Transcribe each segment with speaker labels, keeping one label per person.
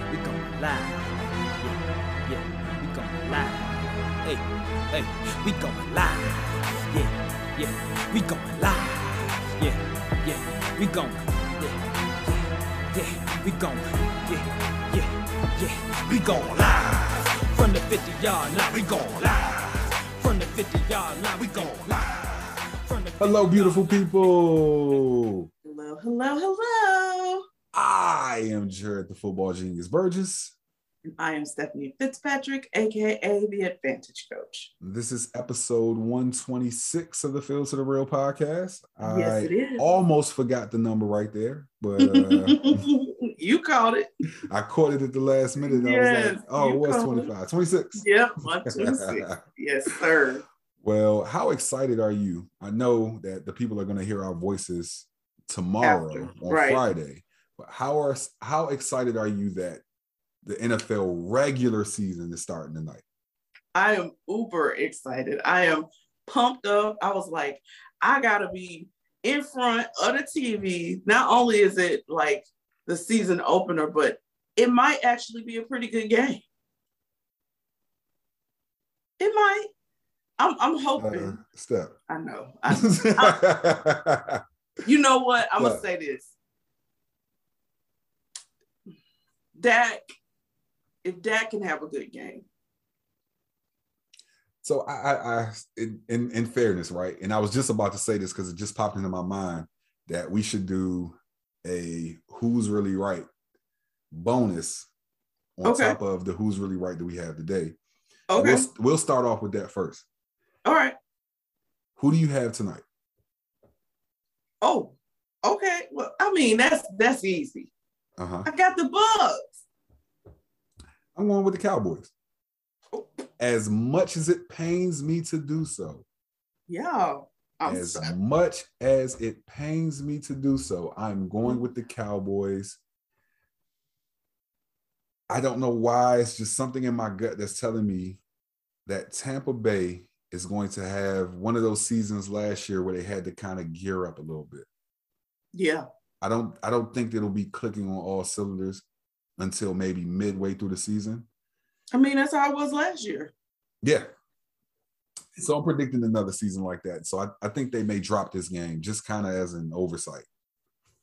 Speaker 1: live. Yeah, yeah, we going live. Hey, hey, we going live. Yeah, yeah, we going live. Yeah, yeah, we going. Yeah, yeah, yeah, we going. Yeah, yeah, yeah, we going live. From the 50 yard line, we going live. From the 50 yard line, we going live. From the 50
Speaker 2: Hello,
Speaker 1: yard
Speaker 2: beautiful
Speaker 1: line.
Speaker 2: people.
Speaker 3: Hello, hello, hello.
Speaker 2: I am Jared, the football genius Burgess.
Speaker 3: And I am Stephanie Fitzpatrick, aka the Advantage Coach.
Speaker 2: This is episode 126 of the Field to the Real podcast. I
Speaker 3: yes, it is.
Speaker 2: almost forgot the number right there, but uh,
Speaker 3: you called it.
Speaker 2: I caught it at the last minute. and I was
Speaker 3: Yes,
Speaker 2: like, oh, it
Speaker 3: you
Speaker 2: was
Speaker 3: caught
Speaker 2: 25,
Speaker 3: it.
Speaker 2: 26.
Speaker 3: Yep, one, two, six. Yes, sir.
Speaker 2: well, how excited are you? I know that the people are going to hear our voices tomorrow
Speaker 3: After,
Speaker 2: on
Speaker 3: right.
Speaker 2: Friday, but how are how excited are you that the NFL regular season is starting tonight?
Speaker 3: I am uber excited. I am pumped up. I was like, I gotta be in front of the TV. Not only is it like the season opener, but it might actually be a pretty good game. It might. I'm, I'm hoping.
Speaker 2: Uh, step.
Speaker 3: I know. I, you know what? I'm gonna
Speaker 2: What?
Speaker 3: say this. Dak, if Dak can have a good game,
Speaker 2: so I, I, I in, in in fairness, right? And I was just about to say this because it just popped into my mind that we should do a "Who's Really Right" bonus on
Speaker 3: Okay.
Speaker 2: top of the "Who's Really Right" that we have today.
Speaker 3: okay,
Speaker 2: We'll, we'll start off with that first.
Speaker 3: all right.
Speaker 2: Who do you have tonight?
Speaker 3: Oh, okay. Well, I mean that's that's easy.
Speaker 2: Uh huh.
Speaker 3: I got the bugs.
Speaker 2: I'm going with the Cowboys. As much as it pains me to do so,
Speaker 3: Yeah, I'm
Speaker 2: as
Speaker 3: sorry.
Speaker 2: much as it pains me to do so, I'm
Speaker 3: Mm-hmm.
Speaker 2: going with the Cowboys. I don't know why. It's just something in my gut that's telling me that Tampa Bay is going to have one of those seasons last year where they had to kind of gear up a little bit.
Speaker 3: yeah.
Speaker 2: I don't I don't think it'll be clicking on all cylinders until maybe midway through the season.
Speaker 3: I mean that's how I was last year.
Speaker 2: Yeah. So I'm predicting another season like that. So I, I think they may drop this game just kind of as an oversight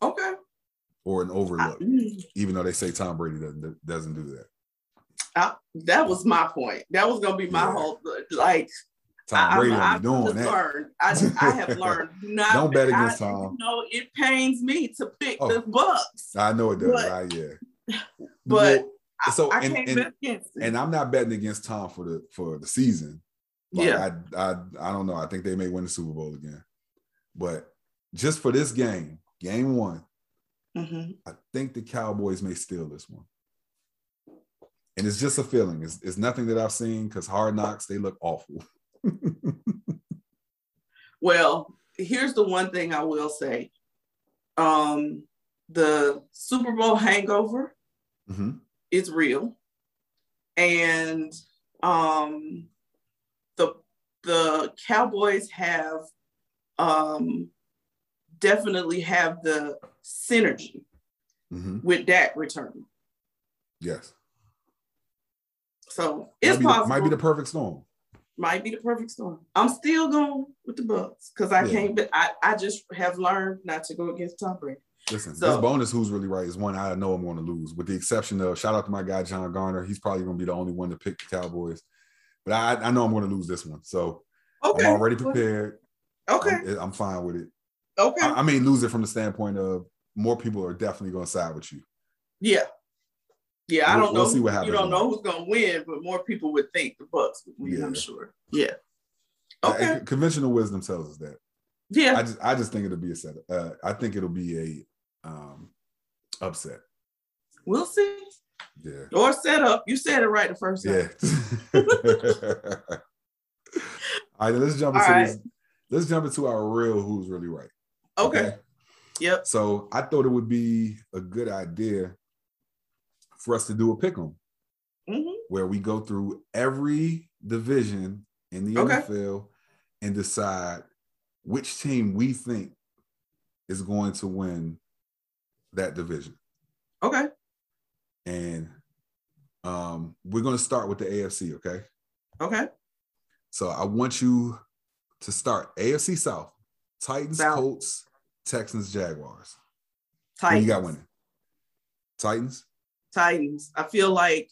Speaker 3: Okay.
Speaker 2: or an
Speaker 3: I-
Speaker 2: overlook,
Speaker 3: mm,
Speaker 2: even though they say Tom Brady doesn't doesn't do that.
Speaker 3: I- that was my point. That was gonna be my
Speaker 2: Yeah.
Speaker 3: whole like.
Speaker 2: Tom Brady
Speaker 3: I,
Speaker 2: don't be doing
Speaker 3: just
Speaker 2: that.
Speaker 3: learned. I, I have learned. Not,
Speaker 2: Don't bet against
Speaker 3: I,
Speaker 2: Tom.
Speaker 3: No, it pains me to pick
Speaker 2: Oh.
Speaker 3: the Bucks,
Speaker 2: I know it does.
Speaker 3: But-
Speaker 2: I, yeah.
Speaker 3: but I-
Speaker 2: so
Speaker 3: I,
Speaker 2: and,
Speaker 3: can't
Speaker 2: and,
Speaker 3: bet against it.
Speaker 2: and I'm not betting against Tom for the for the season. Like,
Speaker 3: yeah,
Speaker 2: I, I I don't know. I think they may win the Super Bowl again. But just for this game, game one,
Speaker 3: Mhm.
Speaker 2: I think the Cowboys may steal this one. And it's just a feeling. It's, it's nothing that I've seen because Hard Knocks, they look awful.
Speaker 3: Well, here's the one thing I will say: um, the Super Bowl hangover
Speaker 2: Mhm.
Speaker 3: is real, and um, the the Cowboys have um, definitely have the synergy
Speaker 2: Mhm.
Speaker 3: with Dak returning.
Speaker 2: Yes.
Speaker 3: So
Speaker 2: Might
Speaker 3: it's
Speaker 2: be the-
Speaker 3: possible.
Speaker 2: might be the perfect storm.
Speaker 3: perfect storm. I'm still going with the Bucks because I
Speaker 2: Yeah.
Speaker 3: can't. But I, I just have learned not to go against Tom Brady.
Speaker 2: Listen, this
Speaker 3: So-
Speaker 2: bonus who's really right is one I know I'm going to lose, with the exception of shout out to my guy John Garner. He's probably going to be the only one to pick the Cowboys, but I, I know I'm going to lose this one, so
Speaker 3: Okay.
Speaker 2: I'm already prepared.
Speaker 3: Okay.
Speaker 2: I'm, I'm fine with it.
Speaker 3: Okay.
Speaker 2: I, I mean, lose it from the standpoint of more people are definitely going to side with you.
Speaker 3: yeah. Yeah. I
Speaker 2: We'll-
Speaker 3: don't
Speaker 2: we'll
Speaker 3: know.
Speaker 2: see what
Speaker 3: You
Speaker 2: happens
Speaker 3: don't know
Speaker 2: tonight.
Speaker 3: who's gonna win, but more people would think the Bucks would win. I'm
Speaker 2: Yeah.
Speaker 3: sure. Yeah. Okay.
Speaker 2: Uh, Conventional wisdom tells us that.
Speaker 3: yeah.
Speaker 2: I just I just think it'll be a set. Uh, I think it'll be a um, upset.
Speaker 3: we'll see.
Speaker 2: Yeah,
Speaker 3: Or set up. You said it right the first time.
Speaker 2: yeah. All right, let's jump
Speaker 3: All
Speaker 2: into
Speaker 3: right.
Speaker 2: this. Let's jump into our real who's really right.
Speaker 3: Okay. Yep.
Speaker 2: So I thought it would be a good idea for us to do a pick 'em
Speaker 3: Mhm.
Speaker 2: where we go through every division in the
Speaker 3: Okay.
Speaker 2: NFL and decide which team we think is going to win that division.
Speaker 3: Okay.
Speaker 2: and Um, we're going to start with the AFC, okay?
Speaker 3: Okay.
Speaker 2: So I want you to start AFC South: Titans,
Speaker 3: South.
Speaker 2: Colts, Texans, Jaguars. Who
Speaker 3: Titans.
Speaker 2: you got winning? Titans.
Speaker 3: Titans. I feel like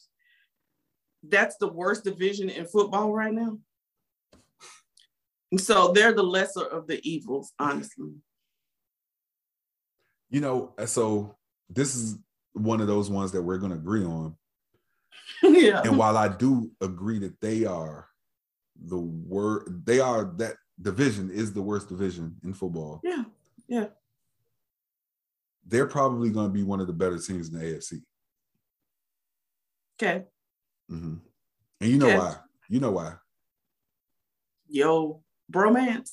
Speaker 3: that's the worst division in football right now. And so they're the lesser of the evils, honestly.
Speaker 2: You know, uh, so this is one of those ones that we're going to agree on.
Speaker 3: yeah.
Speaker 2: And while I do agree that they are the worst, they are that division is the worst division in football.
Speaker 3: Yeah.
Speaker 2: They're probably going to be one of the better teams in the AFC.
Speaker 3: Okay.
Speaker 2: hmm And you know
Speaker 3: Okay.
Speaker 2: why? You know why?
Speaker 3: Yo, bromance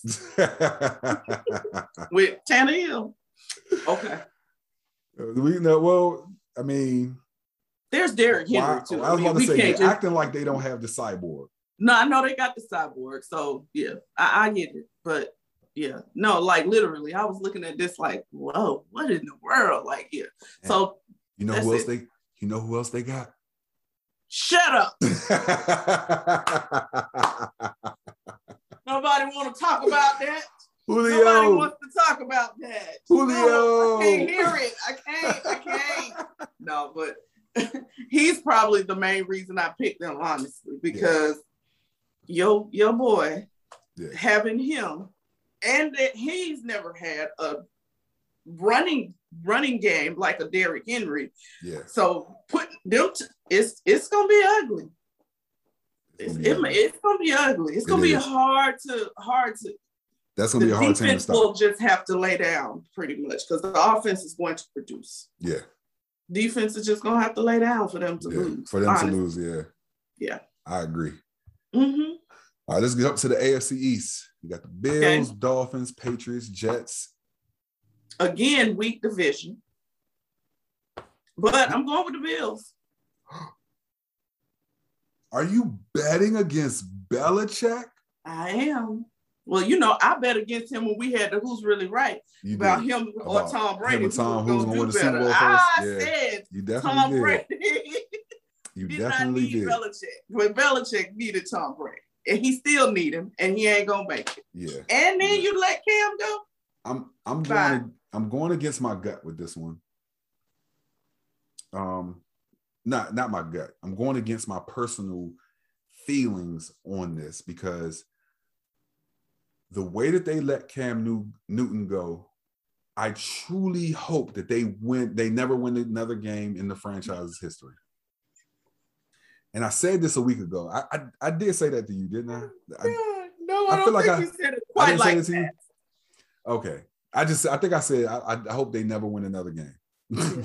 Speaker 3: with Tannehill. Okay.
Speaker 2: we know. Well, I mean,
Speaker 3: There's Derrick Henry
Speaker 2: why-
Speaker 3: too.
Speaker 2: I was
Speaker 3: mean,
Speaker 2: about to
Speaker 3: we
Speaker 2: say
Speaker 3: can't
Speaker 2: they're
Speaker 3: just-
Speaker 2: acting like they don't have the cyborg.
Speaker 3: No, I know they got the cyborg, so yeah, I, I get it. But yeah, no, like literally, I was looking at this like, whoa, what in the world? Like, yeah. So
Speaker 2: You know who else
Speaker 3: That's
Speaker 2: they? You know who else they got?
Speaker 3: shut up. Nobody want to talk about that. Nobody
Speaker 2: Julio.
Speaker 3: wants to talk about that.
Speaker 2: Julio.
Speaker 3: I can't hear it. I can't. I can't. no, but he's probably the main reason I picked them, honestly, because yo, your boy,
Speaker 2: Yeah.
Speaker 3: having him, and that he's never had a running running game like a Derrick Henry.
Speaker 2: Yeah.
Speaker 3: So putting them, t- it's it's gonna be ugly. It's,
Speaker 2: It's gonna be
Speaker 3: it- it's gonna be ugly. It's
Speaker 2: It
Speaker 3: gonna be
Speaker 2: is.
Speaker 3: hard to hard to
Speaker 2: That's gonna be a hard team to
Speaker 3: defense
Speaker 2: stop.
Speaker 3: will just have to lay down pretty much because the offense is going to produce.
Speaker 2: yeah,
Speaker 3: Defense is just gonna have to lay down for them to
Speaker 2: yeah.
Speaker 3: lose.
Speaker 2: for them to lose. Yeah,
Speaker 3: Yeah.
Speaker 2: I agree.
Speaker 3: hmm
Speaker 2: All right, let's get up to the AFC East. You got the Bills, Dolphins, Patriots, Jets.
Speaker 3: Again, weak division. But I'm going with the Bills.
Speaker 2: Are you betting against Belichick?
Speaker 3: I am. Well, you know, I bet against him when we had the who's really right
Speaker 2: You
Speaker 3: about
Speaker 2: did.
Speaker 3: him or
Speaker 2: About him
Speaker 3: Tom Brady.
Speaker 2: and Tom,
Speaker 3: who
Speaker 2: who's
Speaker 3: was
Speaker 2: gonna
Speaker 3: do
Speaker 2: win the Super
Speaker 3: better.
Speaker 2: Bowl
Speaker 3: I
Speaker 2: first? Yeah.
Speaker 3: said
Speaker 2: You definitely
Speaker 3: Tom
Speaker 2: did.
Speaker 3: Brady.
Speaker 2: You
Speaker 3: did
Speaker 2: definitely
Speaker 3: not need
Speaker 2: did.
Speaker 3: Belichick. But Belichick needed Tom Brady. And he still need him, and he ain't gonna make it.
Speaker 2: Yeah,
Speaker 3: And then
Speaker 2: Yeah.
Speaker 3: you let Cam go.
Speaker 2: I'm. I'm
Speaker 3: Bye.
Speaker 2: going. I'm going against my gut with this one. Um, not not my gut. I'm going against my personal feelings on this because the way that they let Cam New- Newton go, I truly hope that they win. They never win another game in the franchise's history. And I said this a week ago. I I, I did say that to you, didn't I? I,
Speaker 3: no,
Speaker 2: I
Speaker 3: I,
Speaker 2: feel
Speaker 3: don't
Speaker 2: like
Speaker 3: think
Speaker 2: I-
Speaker 3: you said it
Speaker 2: I
Speaker 3: quite
Speaker 2: didn't say
Speaker 3: like
Speaker 2: that to you.
Speaker 3: that.
Speaker 2: Okay. I just I think I said I, I hope they never win another game.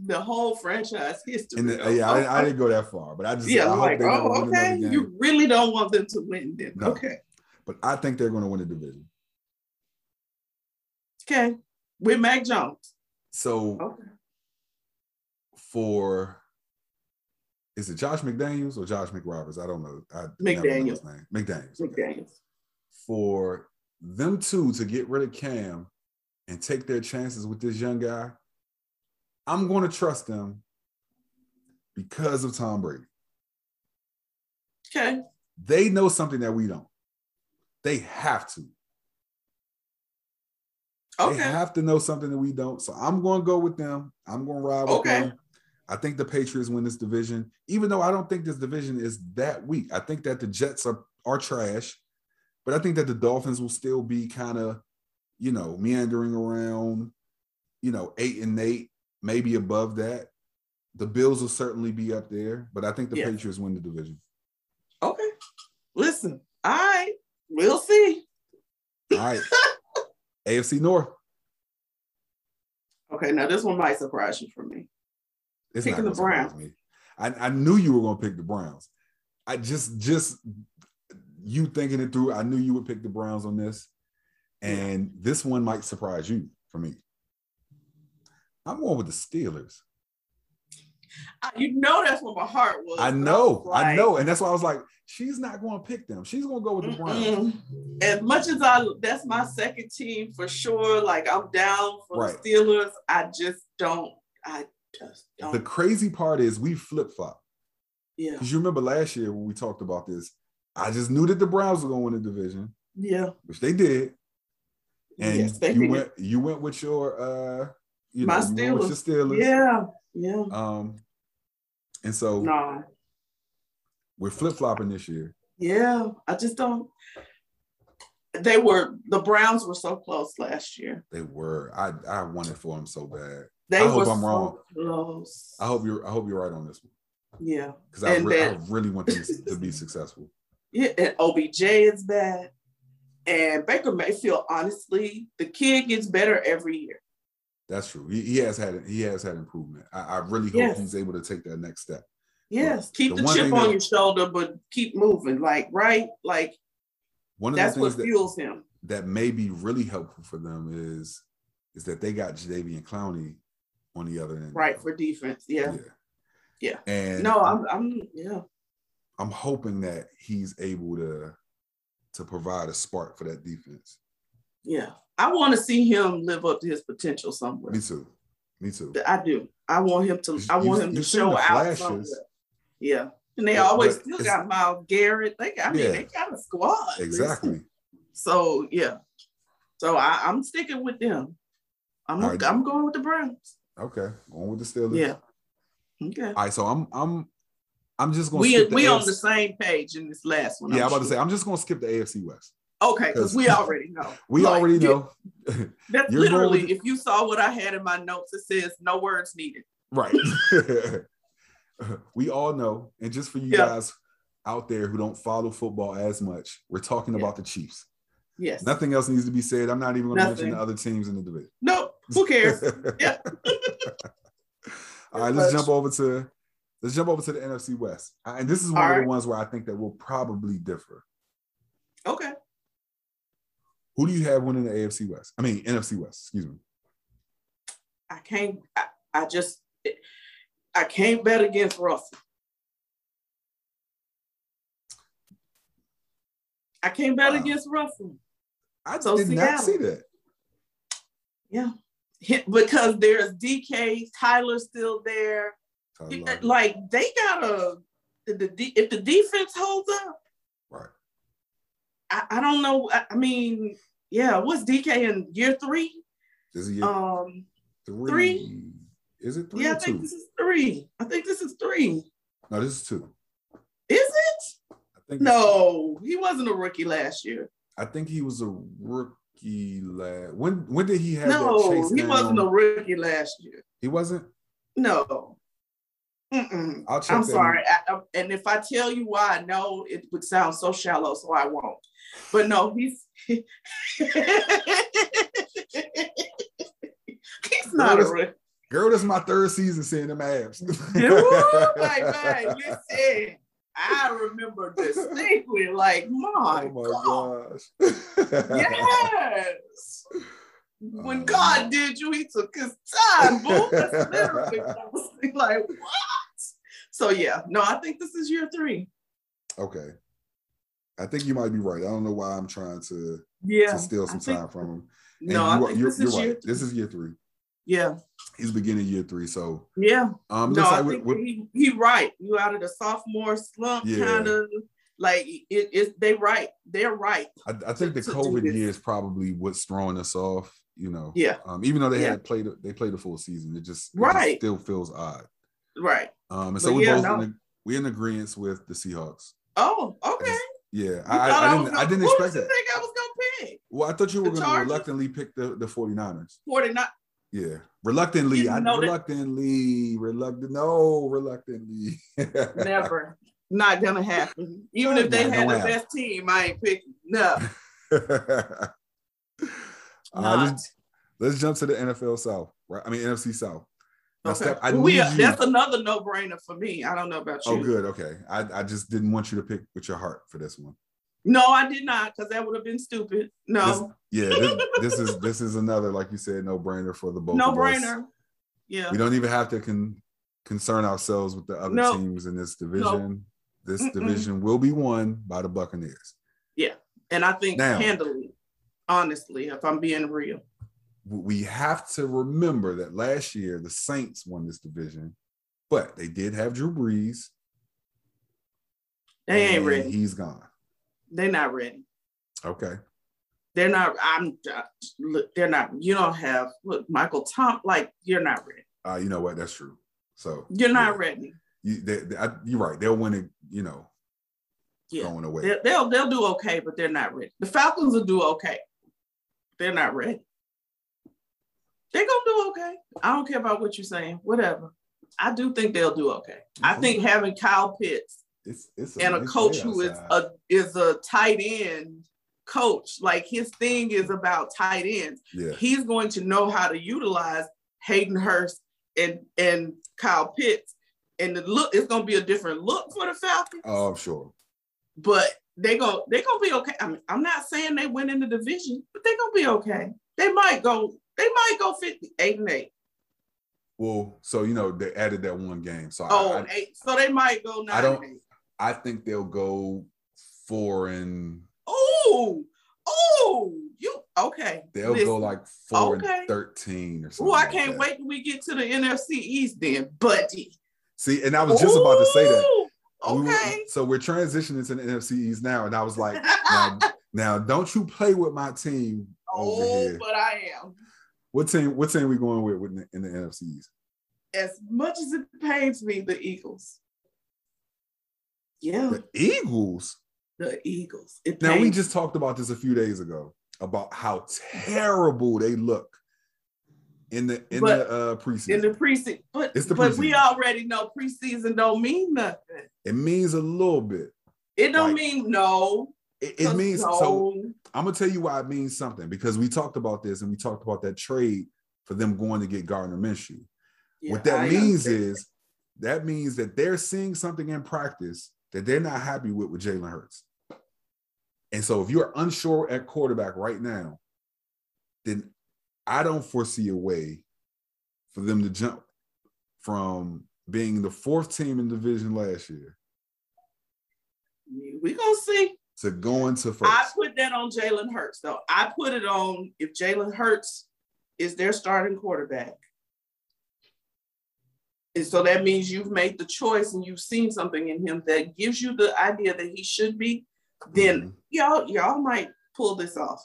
Speaker 3: The whole franchise history.
Speaker 2: And the- yeah, I, I didn't go that far, but I just
Speaker 3: Oh, yeah,
Speaker 2: I hope
Speaker 3: like,
Speaker 2: they never
Speaker 3: oh,
Speaker 2: win
Speaker 3: okay.
Speaker 2: another game.
Speaker 3: You really don't want them to win then.
Speaker 2: No.
Speaker 3: Okay.
Speaker 2: But I think they're going to win the division.
Speaker 3: Okay. With Mac Jones.
Speaker 2: So
Speaker 3: Okay. for
Speaker 2: for is it Josh McDaniels or Josh McRoberts? I don't know. I never know his name. McDaniels. okay.
Speaker 3: McDaniels.
Speaker 2: For them two to get rid of Cam and take their chances with this young guy, I'm going to trust them because of Tom Brady.
Speaker 3: Okay.
Speaker 2: They know something that we don't. They have to. They
Speaker 3: Okay.
Speaker 2: have to know something that we don't. So I'm going to go with them. I'm going to ride with
Speaker 3: Okay.
Speaker 2: them. I think the Patriots win this division, even though I don't think this division is that weak. I think that the Jets are, are trash, but I think that the Dolphins will still be kind of, you know, meandering around, you know, eight and eight, maybe above that. The Bills will certainly be up there, but I think the
Speaker 3: Yeah.
Speaker 2: Patriots win the division.
Speaker 3: Okay. Listen. All right. We'll see.
Speaker 2: All right. AFC North.
Speaker 3: Okay. Now this one might surprise you for me.
Speaker 2: It's
Speaker 3: Picking
Speaker 2: not gonna
Speaker 3: the
Speaker 2: surprise
Speaker 3: Browns.
Speaker 2: Me. I, I knew you were gonna pick the Browns. I just just you thinking it through. I knew you would pick the Browns on this, and this one might surprise you for me. I'm going with the Steelers.
Speaker 3: I- you know that's what my heart was.
Speaker 2: I
Speaker 3: was
Speaker 2: know, I
Speaker 3: like,
Speaker 2: know, and that's why I was like, she's not going to pick them. She's going to go with the Browns.
Speaker 3: Mm-mm. As much as I, that's my second team for sure. Like I'm down for
Speaker 2: Right.
Speaker 3: the Steelers. I just don't. I just don't.
Speaker 2: The crazy part is we flip flop.
Speaker 3: Yeah.
Speaker 2: Because you remember last year when we talked about this, I just knew that the Browns were going to win the division,
Speaker 3: Yeah.
Speaker 2: which they did. And
Speaker 3: Yes, they
Speaker 2: you
Speaker 3: did.
Speaker 2: went you went with your uh you
Speaker 3: My
Speaker 2: know, you went with your Steelers.
Speaker 3: Yeah. Yeah.
Speaker 2: Um and so
Speaker 3: No.
Speaker 2: we're flip-flopping this year.
Speaker 3: Yeah. I just don't. They were the Browns were so close last year.
Speaker 2: They were. I I wanted for them so bad.
Speaker 3: They
Speaker 2: I hope
Speaker 3: were
Speaker 2: I'm
Speaker 3: so
Speaker 2: wrong.
Speaker 3: close.
Speaker 2: I hope you're I hope you're right on this one.
Speaker 3: Yeah.
Speaker 2: Because I,
Speaker 3: And
Speaker 2: re- I
Speaker 3: that-
Speaker 2: really want them to be successful.
Speaker 3: Yeah, and OBJ is bad. And Baker Mayfield, honestly, the kid gets better every year.
Speaker 2: That's true. He, he has had he has had improvement. I, I really hope
Speaker 3: Yes.
Speaker 2: he's able to take that next step.
Speaker 3: Yes, keep
Speaker 2: the
Speaker 3: the,
Speaker 2: one
Speaker 3: chip
Speaker 2: thing
Speaker 3: on
Speaker 2: that-
Speaker 3: your shoulder, but keep moving. Like, right? Like,
Speaker 2: One of
Speaker 3: that's
Speaker 2: the
Speaker 3: what
Speaker 2: things that,
Speaker 3: fuels him.
Speaker 2: that may be really helpful for them is is that they got Jadavian Clowney on the other end.
Speaker 3: Right for defense. Yeah.
Speaker 2: yeah.
Speaker 3: Yeah.
Speaker 2: And
Speaker 3: No, I'm, I'm, yeah.
Speaker 2: I'm hoping that he's able to to provide a spark for that defense.
Speaker 3: Yeah. I want to see him live up to his potential
Speaker 2: Me
Speaker 3: somewhere.
Speaker 2: too. Me too.
Speaker 3: I do. I want him to, I
Speaker 2: You-
Speaker 3: want
Speaker 2: you-
Speaker 3: him
Speaker 2: you
Speaker 3: to
Speaker 2: seen
Speaker 3: show
Speaker 2: the
Speaker 3: out
Speaker 2: flashes.
Speaker 3: somewhere. Yeah. And they
Speaker 2: But-
Speaker 3: always
Speaker 2: but
Speaker 3: still
Speaker 2: it's-
Speaker 3: got Miles Garrett. They got, I mean,
Speaker 2: Yeah.
Speaker 3: they got a squad.
Speaker 2: Exactly.
Speaker 3: So yeah. So I, I'm sticking with them. I'm
Speaker 2: All right.
Speaker 3: I'm going with the Browns.
Speaker 2: Okay. Going with the Steelers.
Speaker 3: Yeah. Okay.
Speaker 2: All right. So I'm I'm I'm just gonna
Speaker 3: We
Speaker 2: skip the
Speaker 3: we on
Speaker 2: AFC
Speaker 3: the same page in this last one.
Speaker 2: Yeah, I'm
Speaker 3: I'm
Speaker 2: about to say
Speaker 3: sure.
Speaker 2: I'm just gonna skip the AFC West.
Speaker 3: Okay, because we already know.
Speaker 2: We
Speaker 3: Like,
Speaker 2: already
Speaker 3: you-
Speaker 2: know.
Speaker 3: That's
Speaker 2: you're going
Speaker 3: literally
Speaker 2: with-
Speaker 3: if you saw what I had in my notes, it says no words needed.
Speaker 2: Right. we all know. And just for you
Speaker 3: Yeah.
Speaker 2: guys out there who don't follow football as much, we're talking
Speaker 3: Yeah.
Speaker 2: about the Chiefs.
Speaker 3: Yes.
Speaker 2: Nothing else needs to be said. I'm not even going to mention
Speaker 3: Nothing.
Speaker 2: the other teams in the division.
Speaker 3: Nope. Who cares? Yeah.
Speaker 2: All right, let's
Speaker 3: But-
Speaker 2: jump over to let's jump over to the NFC West. Uh, And this is one
Speaker 3: All
Speaker 2: of the
Speaker 3: right.
Speaker 2: ones where I think that will probably differ.
Speaker 3: Okay.
Speaker 2: Who do you have winning the AFC West? I mean NFC West, excuse me.
Speaker 3: I can't I, I just I can't bet against Russell. I can't bet
Speaker 2: Wow.
Speaker 3: against Russell.
Speaker 2: I
Speaker 3: So
Speaker 2: did not
Speaker 3: Seattle.
Speaker 2: see that.
Speaker 3: hit because there's DK, Tyler's still there.
Speaker 2: I
Speaker 3: It-
Speaker 2: love it.
Speaker 3: Like they gotta the, the de- if the defense holds up,
Speaker 2: Right.
Speaker 3: I, I don't know. I, I mean, yeah, what's DK in year three?
Speaker 2: This is year
Speaker 3: Um,
Speaker 2: three.
Speaker 3: three?
Speaker 2: Is it three
Speaker 3: yeah, I
Speaker 2: or
Speaker 3: think
Speaker 2: two?
Speaker 3: this is three. I think this is three.
Speaker 2: No, this is two.
Speaker 3: Is it?
Speaker 2: I think it's two.
Speaker 3: No, he wasn't a rookie last year.
Speaker 2: I think he was a rookie lad. When when did he have that
Speaker 3: no,
Speaker 2: chase?
Speaker 3: he
Speaker 2: down?
Speaker 3: wasn't a rookie last year.
Speaker 2: he wasn't.
Speaker 3: No. Mm-mm.
Speaker 2: I'll check.
Speaker 3: I'm
Speaker 2: that.
Speaker 3: sorry. I, I- and if I tell you why I know, it would sound so shallow, so I won't. But no, he's he's not a rookie.
Speaker 2: Girl, this is my third season seeing them abs.
Speaker 3: Ooh, like, man, listen, I remember distinctly, like, my,
Speaker 2: oh my
Speaker 3: God.
Speaker 2: gosh.
Speaker 3: Yes. When
Speaker 2: Oh,
Speaker 3: God
Speaker 2: man.
Speaker 3: did you, He took His time, boo. That's literally what I was thinking, like, what? So yeah, no, I think this is year three.
Speaker 2: Okay. I think you might be right. I don't know why I'm trying to,
Speaker 3: Yeah.
Speaker 2: to steal
Speaker 3: I
Speaker 2: some
Speaker 3: think-
Speaker 2: time from him. And
Speaker 3: No, I
Speaker 2: you, are-
Speaker 3: think
Speaker 2: you're,
Speaker 3: this is
Speaker 2: you're
Speaker 3: year.
Speaker 2: right. This is year three.
Speaker 3: Yeah,
Speaker 2: He's beginning year three. So
Speaker 3: yeah.
Speaker 2: um,
Speaker 3: no,
Speaker 2: looks
Speaker 3: I
Speaker 2: like we-
Speaker 3: think
Speaker 2: we-
Speaker 3: he, he right. You out of the sophomore slump,
Speaker 2: Yeah.
Speaker 3: kind of like it, it's they right. They're right.
Speaker 2: I, I think the
Speaker 3: to do
Speaker 2: COVID
Speaker 3: this.
Speaker 2: year is probably what's throwing us off. You know,
Speaker 3: Yeah.
Speaker 2: Um, even though they
Speaker 3: Yeah.
Speaker 2: had played, they played a full season. It just it
Speaker 3: Right.
Speaker 2: just still feels odd.
Speaker 3: Right.
Speaker 2: Um, and so
Speaker 3: But
Speaker 2: we
Speaker 3: yeah,
Speaker 2: both
Speaker 3: no.
Speaker 2: in, we in agreement with the Seahawks.
Speaker 3: Oh, okay.
Speaker 2: Yes. Yeah,
Speaker 3: You
Speaker 2: I,
Speaker 3: thought
Speaker 2: I, I
Speaker 3: was
Speaker 2: didn't I
Speaker 3: gonna-
Speaker 2: didn't
Speaker 3: who
Speaker 2: expect
Speaker 3: did you
Speaker 2: that.
Speaker 3: think I was gonna pick
Speaker 2: Well, I thought you were
Speaker 3: The
Speaker 2: going to
Speaker 3: Chargers?
Speaker 2: reluctly pick the the 49ers.
Speaker 3: 49.
Speaker 2: Yeah, reluctantly.
Speaker 3: You
Speaker 2: I
Speaker 3: know that-
Speaker 2: reluctantly, reluctant. No, reluctantly.
Speaker 3: Never. Not gonna happen. Even if they
Speaker 2: Not
Speaker 3: had
Speaker 2: gonna
Speaker 3: the
Speaker 2: happen.
Speaker 3: best team, I ain't picking. No,
Speaker 2: All right,
Speaker 3: not.
Speaker 2: Uh, let's, let's jump to the NFL South. Right, I mean NFC South. Now,
Speaker 3: Okay.
Speaker 2: Steph, I
Speaker 3: we,
Speaker 2: need you-
Speaker 3: That's another no-brainer for me. I don't know about you.
Speaker 2: Oh, good. Okay. I, I just didn't want you to pick with your heart for this one.
Speaker 3: No, I did not, because that would have been stupid.
Speaker 2: This-
Speaker 3: No,
Speaker 2: yeah. This, this is this is another, like you said, no brainer for the both.
Speaker 3: no
Speaker 2: of us.
Speaker 3: brainer. Yeah.
Speaker 2: We don't even have to con- concern ourselves with the other
Speaker 3: No.
Speaker 2: teams in this division. This
Speaker 3: Mm-mm.
Speaker 2: division will be won by the Buccaneers.
Speaker 3: And I think
Speaker 2: Now-
Speaker 3: handily, honestly, if I'm being real.
Speaker 2: We have to remember that last year the Saints won this division, but they did have Drew Brees.
Speaker 3: They ain't
Speaker 2: and
Speaker 3: ready.
Speaker 2: He's gone.
Speaker 3: They're not ready.
Speaker 2: Okay.
Speaker 3: They're not. I'm. Look, they're not. You don't have. Look, Michael Tom. Like you're not ready.
Speaker 2: Uh, you know what? That's true. So
Speaker 3: You're
Speaker 2: yeah.
Speaker 3: not ready.
Speaker 2: You, they, they- I- you're right. They'll win it. You know,
Speaker 3: Yeah.
Speaker 2: going away.
Speaker 3: They'll, they'll they'll do okay, but they're not ready. The Falcons will do okay. They're not ready. They're gonna do okay. I don't care about what you're saying. Whatever. I do think they'll do okay. I think having Kyle Pitts
Speaker 2: it's it's
Speaker 3: and a
Speaker 2: nice
Speaker 3: coach
Speaker 2: day
Speaker 3: who is
Speaker 2: outside.
Speaker 3: a is a tight end coach, like his thing is about tight ends.
Speaker 2: yeah.
Speaker 3: He's going to know how to utilize Hayden Hurst and and Kyle Pitts. And the look, it's gonna be a different look for the Falcons
Speaker 2: Oh, I'm sure.
Speaker 3: but they go they gonna be okay. I mean, I'm not saying they win in the division, but they gonna be okay. They might go they might go 50, eight and eight.
Speaker 2: Well, so you know they added that one game. So
Speaker 3: Oh,
Speaker 2: I,
Speaker 3: eight. So they might go nine.
Speaker 2: I don't-
Speaker 3: and eight.
Speaker 2: I I think they'll go four and
Speaker 3: Oh, oh, you okay?
Speaker 2: they'll go
Speaker 3: Listen.
Speaker 2: like four
Speaker 3: Okay.
Speaker 2: and thirteen or something.
Speaker 3: Oh, I
Speaker 2: like
Speaker 3: can't
Speaker 2: that.
Speaker 3: wait till we get to the NFC East then, buddy.
Speaker 2: See, and I was just about to say that.
Speaker 3: Ooh,
Speaker 2: We were-
Speaker 3: Okay.
Speaker 2: so we're transitioning to the NFCs now, and I was like, now, now don't you play with my team over
Speaker 3: oh,
Speaker 2: here?
Speaker 3: but I am.
Speaker 2: What team? What team we going with, with in, the, in the NFCs?
Speaker 3: As much as it pains me, the Eagles. Yeah,
Speaker 2: The Eagles.
Speaker 3: the Eagles. It
Speaker 2: Now we
Speaker 3: pains
Speaker 2: just talked about this a few days ago about how terrible they look in the in
Speaker 3: But-
Speaker 2: the uh, preseason.
Speaker 3: in the preseason. But
Speaker 2: It's the
Speaker 3: but we
Speaker 2: preseason.
Speaker 3: already know preseason don't mean nothing.
Speaker 2: it means a little bit.
Speaker 3: It don't
Speaker 2: Right.
Speaker 3: mean no.
Speaker 2: It, it
Speaker 3: 'cause
Speaker 2: means
Speaker 3: no.
Speaker 2: so. I'm gonna tell you why it means something because we talked about this and we talked about that trade for them going to get Gardner Minshew.
Speaker 3: Yeah,
Speaker 2: what that
Speaker 3: I
Speaker 2: means
Speaker 3: understand.
Speaker 2: is that means that they're seeing something in practice that they're not happy with with Jalen Hurts. And so, if you're unsure at quarterback right now, then I don't foresee a way for them to jump from being the fourth team in division last year
Speaker 3: we gonna see.
Speaker 2: to going to
Speaker 3: I
Speaker 2: first.
Speaker 3: put that on Jalen Hurts though. I put it on if Jalen Hurts is their starting quarterback. And so that means you've made the choice and you've seen something in him that gives you the idea that he should be, then
Speaker 2: Mhm.
Speaker 3: y'all y'all might pull this off.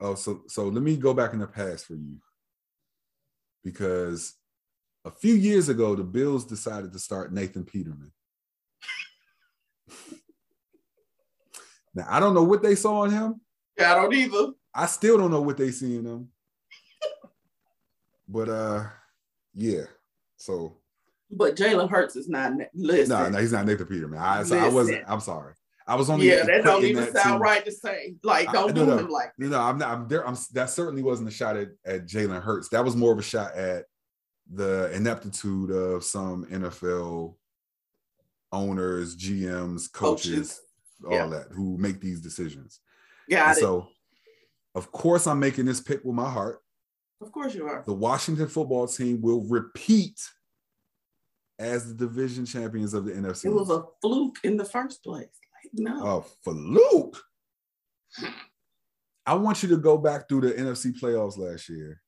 Speaker 2: Oh, so so let me go back in the past for you. Because a few years ago, the Bills decided to start Nathan Peterman. now I don't know what they saw in him.
Speaker 3: I don't either.
Speaker 2: I still don't know what they see in him. but uh yeah. So
Speaker 3: But Jalen Hurts is not listen.
Speaker 2: no, no, he's not Nathan Peterman. I, so I wasn't, I'm sorry. I was only
Speaker 3: yeah, that don't
Speaker 2: equating
Speaker 3: even
Speaker 2: that
Speaker 3: sound
Speaker 2: to-
Speaker 3: right to say. Like,
Speaker 2: I-
Speaker 3: don't
Speaker 2: I
Speaker 3: do
Speaker 2: don't
Speaker 3: him
Speaker 2: know.
Speaker 3: like.
Speaker 2: No, no, I'm not. I'm there. I'm that certainly wasn't a shot at, at Jalen Hurts. That was more of a shot at the ineptitude of some NFL owners, GMs, coaches,
Speaker 3: Coaches. Yeah.
Speaker 2: all that who make these decisions. And
Speaker 3: Got it.
Speaker 2: so, of course, I'm making this pick with my heart.
Speaker 3: Of course you are.
Speaker 2: The Washington football team will repeat as the division champions of the NFC.
Speaker 3: It was a fluke in the first place. Like, no.
Speaker 2: Oh, for Luke. I want you to go back through the NFC playoffs last year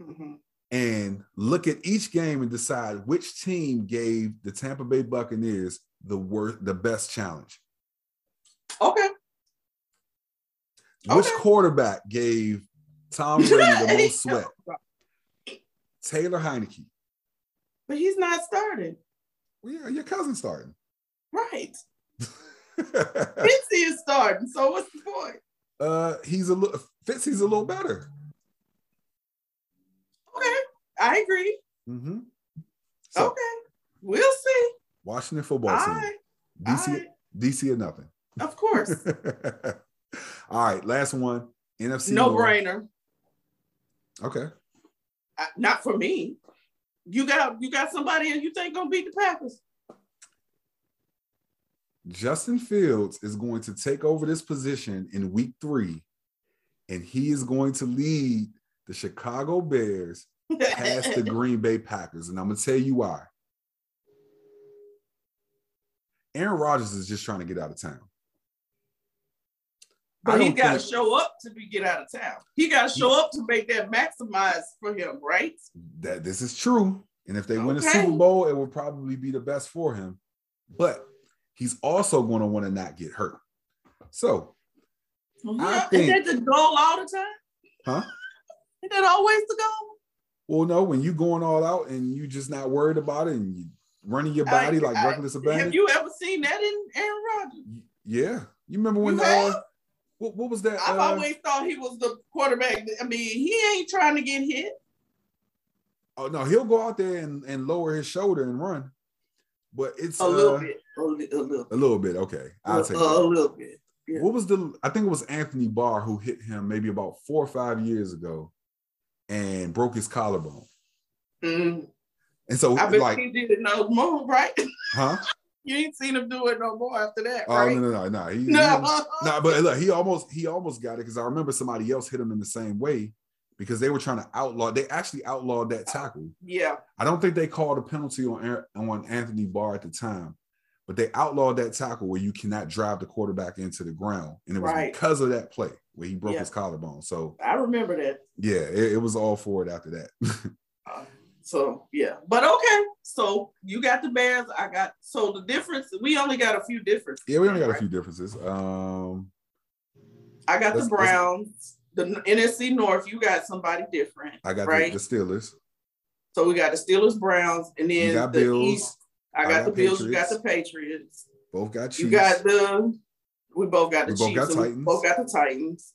Speaker 3: Mhm.
Speaker 2: and look at each game and decide which team gave the Tampa Bay Buccaneers the worst, the best challenge.
Speaker 3: Okay.
Speaker 2: Which
Speaker 3: Okay.
Speaker 2: quarterback gave Tom Brady the most sweat? Taylor Heineke.
Speaker 3: But he's not starting.
Speaker 2: Well, yeah, your cousin starting.
Speaker 3: Right. Fitzy is starting. So what's the point?
Speaker 2: uh, he's a little Fitz. He's a little
Speaker 3: Mm-hmm.
Speaker 2: better.
Speaker 3: Okay. I agree.
Speaker 2: Mhm. So
Speaker 3: okay. We'll see.
Speaker 2: Washington
Speaker 3: All
Speaker 2: football team,
Speaker 3: right.
Speaker 2: DC,
Speaker 3: All right.
Speaker 2: DC or nothing.
Speaker 3: Of course.
Speaker 2: All right, last one. NFC.
Speaker 3: no
Speaker 2: North.
Speaker 3: brainer.
Speaker 2: Okay.
Speaker 3: I- Not for me. You got you got somebody and you think gonna beat the Packers.
Speaker 2: Justin Fields is going to take over this position in week three, and he is going to lead the Chicago Bears past the Green Bay Packers. And I'm going to tell you why. Aaron Rodgers is just trying to get out of town. I
Speaker 3: But he
Speaker 2: don't
Speaker 3: got to
Speaker 2: think-
Speaker 3: show up to be get out of town. He got to show up to make that maximize for him, right?
Speaker 2: that this is true. And if they win a
Speaker 3: Okay.
Speaker 2: Super Bowl, it will probably be the best for him. But he's also going to want to not get hurt. So,
Speaker 3: Yeah,
Speaker 2: think-
Speaker 3: Is that the goal all the time?
Speaker 2: huh?
Speaker 3: Is that always the goal?
Speaker 2: Well, no, when you going all out and you just not worried about it and you running your
Speaker 3: I-
Speaker 2: body like
Speaker 3: I-
Speaker 2: reckless
Speaker 3: Have
Speaker 2: abandon.
Speaker 3: you ever seen that in Aaron Rodgers?
Speaker 2: yeah, you remember when
Speaker 3: You have?
Speaker 2: uh, what, what was that?
Speaker 3: I've
Speaker 2: uh,
Speaker 3: always thought he was the quarterback. that- I mean, he ain't trying to get hit.
Speaker 2: Oh no, he'll go out there and, and lower his shoulder and run, but it's
Speaker 3: A little
Speaker 2: uh,
Speaker 3: bit. A, li- a little.
Speaker 2: A little bit. Okay, I'll
Speaker 3: A,
Speaker 2: take.
Speaker 3: a
Speaker 2: that.
Speaker 3: little bit. yeah.
Speaker 2: What was the? I think it was Anthony Barr who hit him maybe about four or five years ago, and broke his collarbone.
Speaker 3: Mm.
Speaker 2: And so,
Speaker 3: I bet
Speaker 2: like,
Speaker 3: he did no more, right?
Speaker 2: huh?
Speaker 3: you ain't seen him do it no more after that,
Speaker 2: Oh
Speaker 3: right?
Speaker 2: no, no, no, no. He,
Speaker 3: No. uh,
Speaker 2: he- nah, but look, he almost he almost got it because I remember somebody else hit him in the same way because they were trying to outlaw. They actually outlawed that tackle.
Speaker 3: Yeah.
Speaker 2: I don't think they called a penalty on Aaron- on Anthony Barr at the time, but they outlawed that tackle where you cannot drive the quarterback into the ground, and it was
Speaker 3: Right.
Speaker 2: because of that play where he broke
Speaker 3: Yeah.
Speaker 2: his collarbone. So
Speaker 3: I remember that.
Speaker 2: yeah, it, it was all for it after that.
Speaker 3: Uh, So yeah, but okay. So you got the Bears. I got so the difference. We only got a few differences.
Speaker 2: yeah, we only got
Speaker 3: Right.
Speaker 2: a few differences. Um,
Speaker 3: I got
Speaker 2: Let's-
Speaker 3: the
Speaker 2: let's-
Speaker 3: Browns, the NFC North. You got somebody different,
Speaker 2: I got the-
Speaker 3: Right.
Speaker 2: the, Steelers.
Speaker 3: so we got the Steelers, Browns, and
Speaker 2: You
Speaker 3: then
Speaker 2: got
Speaker 3: the
Speaker 2: Bills.
Speaker 3: East. I got, the Bills. You got
Speaker 2: Patriots.
Speaker 3: the Patriots.
Speaker 2: Both got Chiefs.
Speaker 3: You got the. We both got the
Speaker 2: We both
Speaker 3: Chiefs.
Speaker 2: got
Speaker 3: and we
Speaker 2: Titans.
Speaker 3: both got the Titans.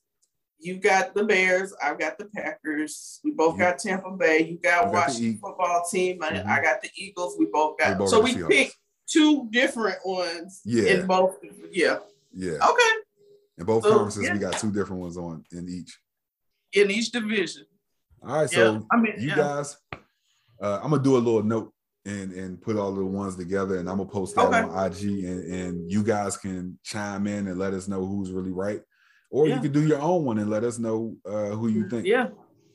Speaker 3: You got the Bears. I've got the Packers. We both
Speaker 2: Yeah.
Speaker 3: got Tampa Bay. You
Speaker 2: We got
Speaker 3: got
Speaker 2: the
Speaker 3: Washington
Speaker 2: Eag-
Speaker 3: football team. I,
Speaker 2: Mhm.
Speaker 3: I got the Eagles. We both got.
Speaker 2: We both
Speaker 3: so
Speaker 2: got
Speaker 3: we
Speaker 2: Seahawks.
Speaker 3: picked two different ones
Speaker 2: yeah,
Speaker 3: in both. Yeah.
Speaker 2: yeah.
Speaker 3: Okay.
Speaker 2: In both
Speaker 3: so,
Speaker 2: conferences,
Speaker 3: yeah.
Speaker 2: we got two different ones on in each.
Speaker 3: In each division.
Speaker 2: All right,
Speaker 3: yeah.
Speaker 2: so
Speaker 3: I mean,
Speaker 2: you
Speaker 3: yeah.
Speaker 2: guys, uh, I'm gonna do a little note and and put all the ones together, and I'm gonna post that
Speaker 3: Okay.
Speaker 2: on IG, and and you guys can chime in and let us know who's really right, or
Speaker 3: Yeah.
Speaker 2: you could do your own one and let us know uh, who you think,
Speaker 3: Yeah.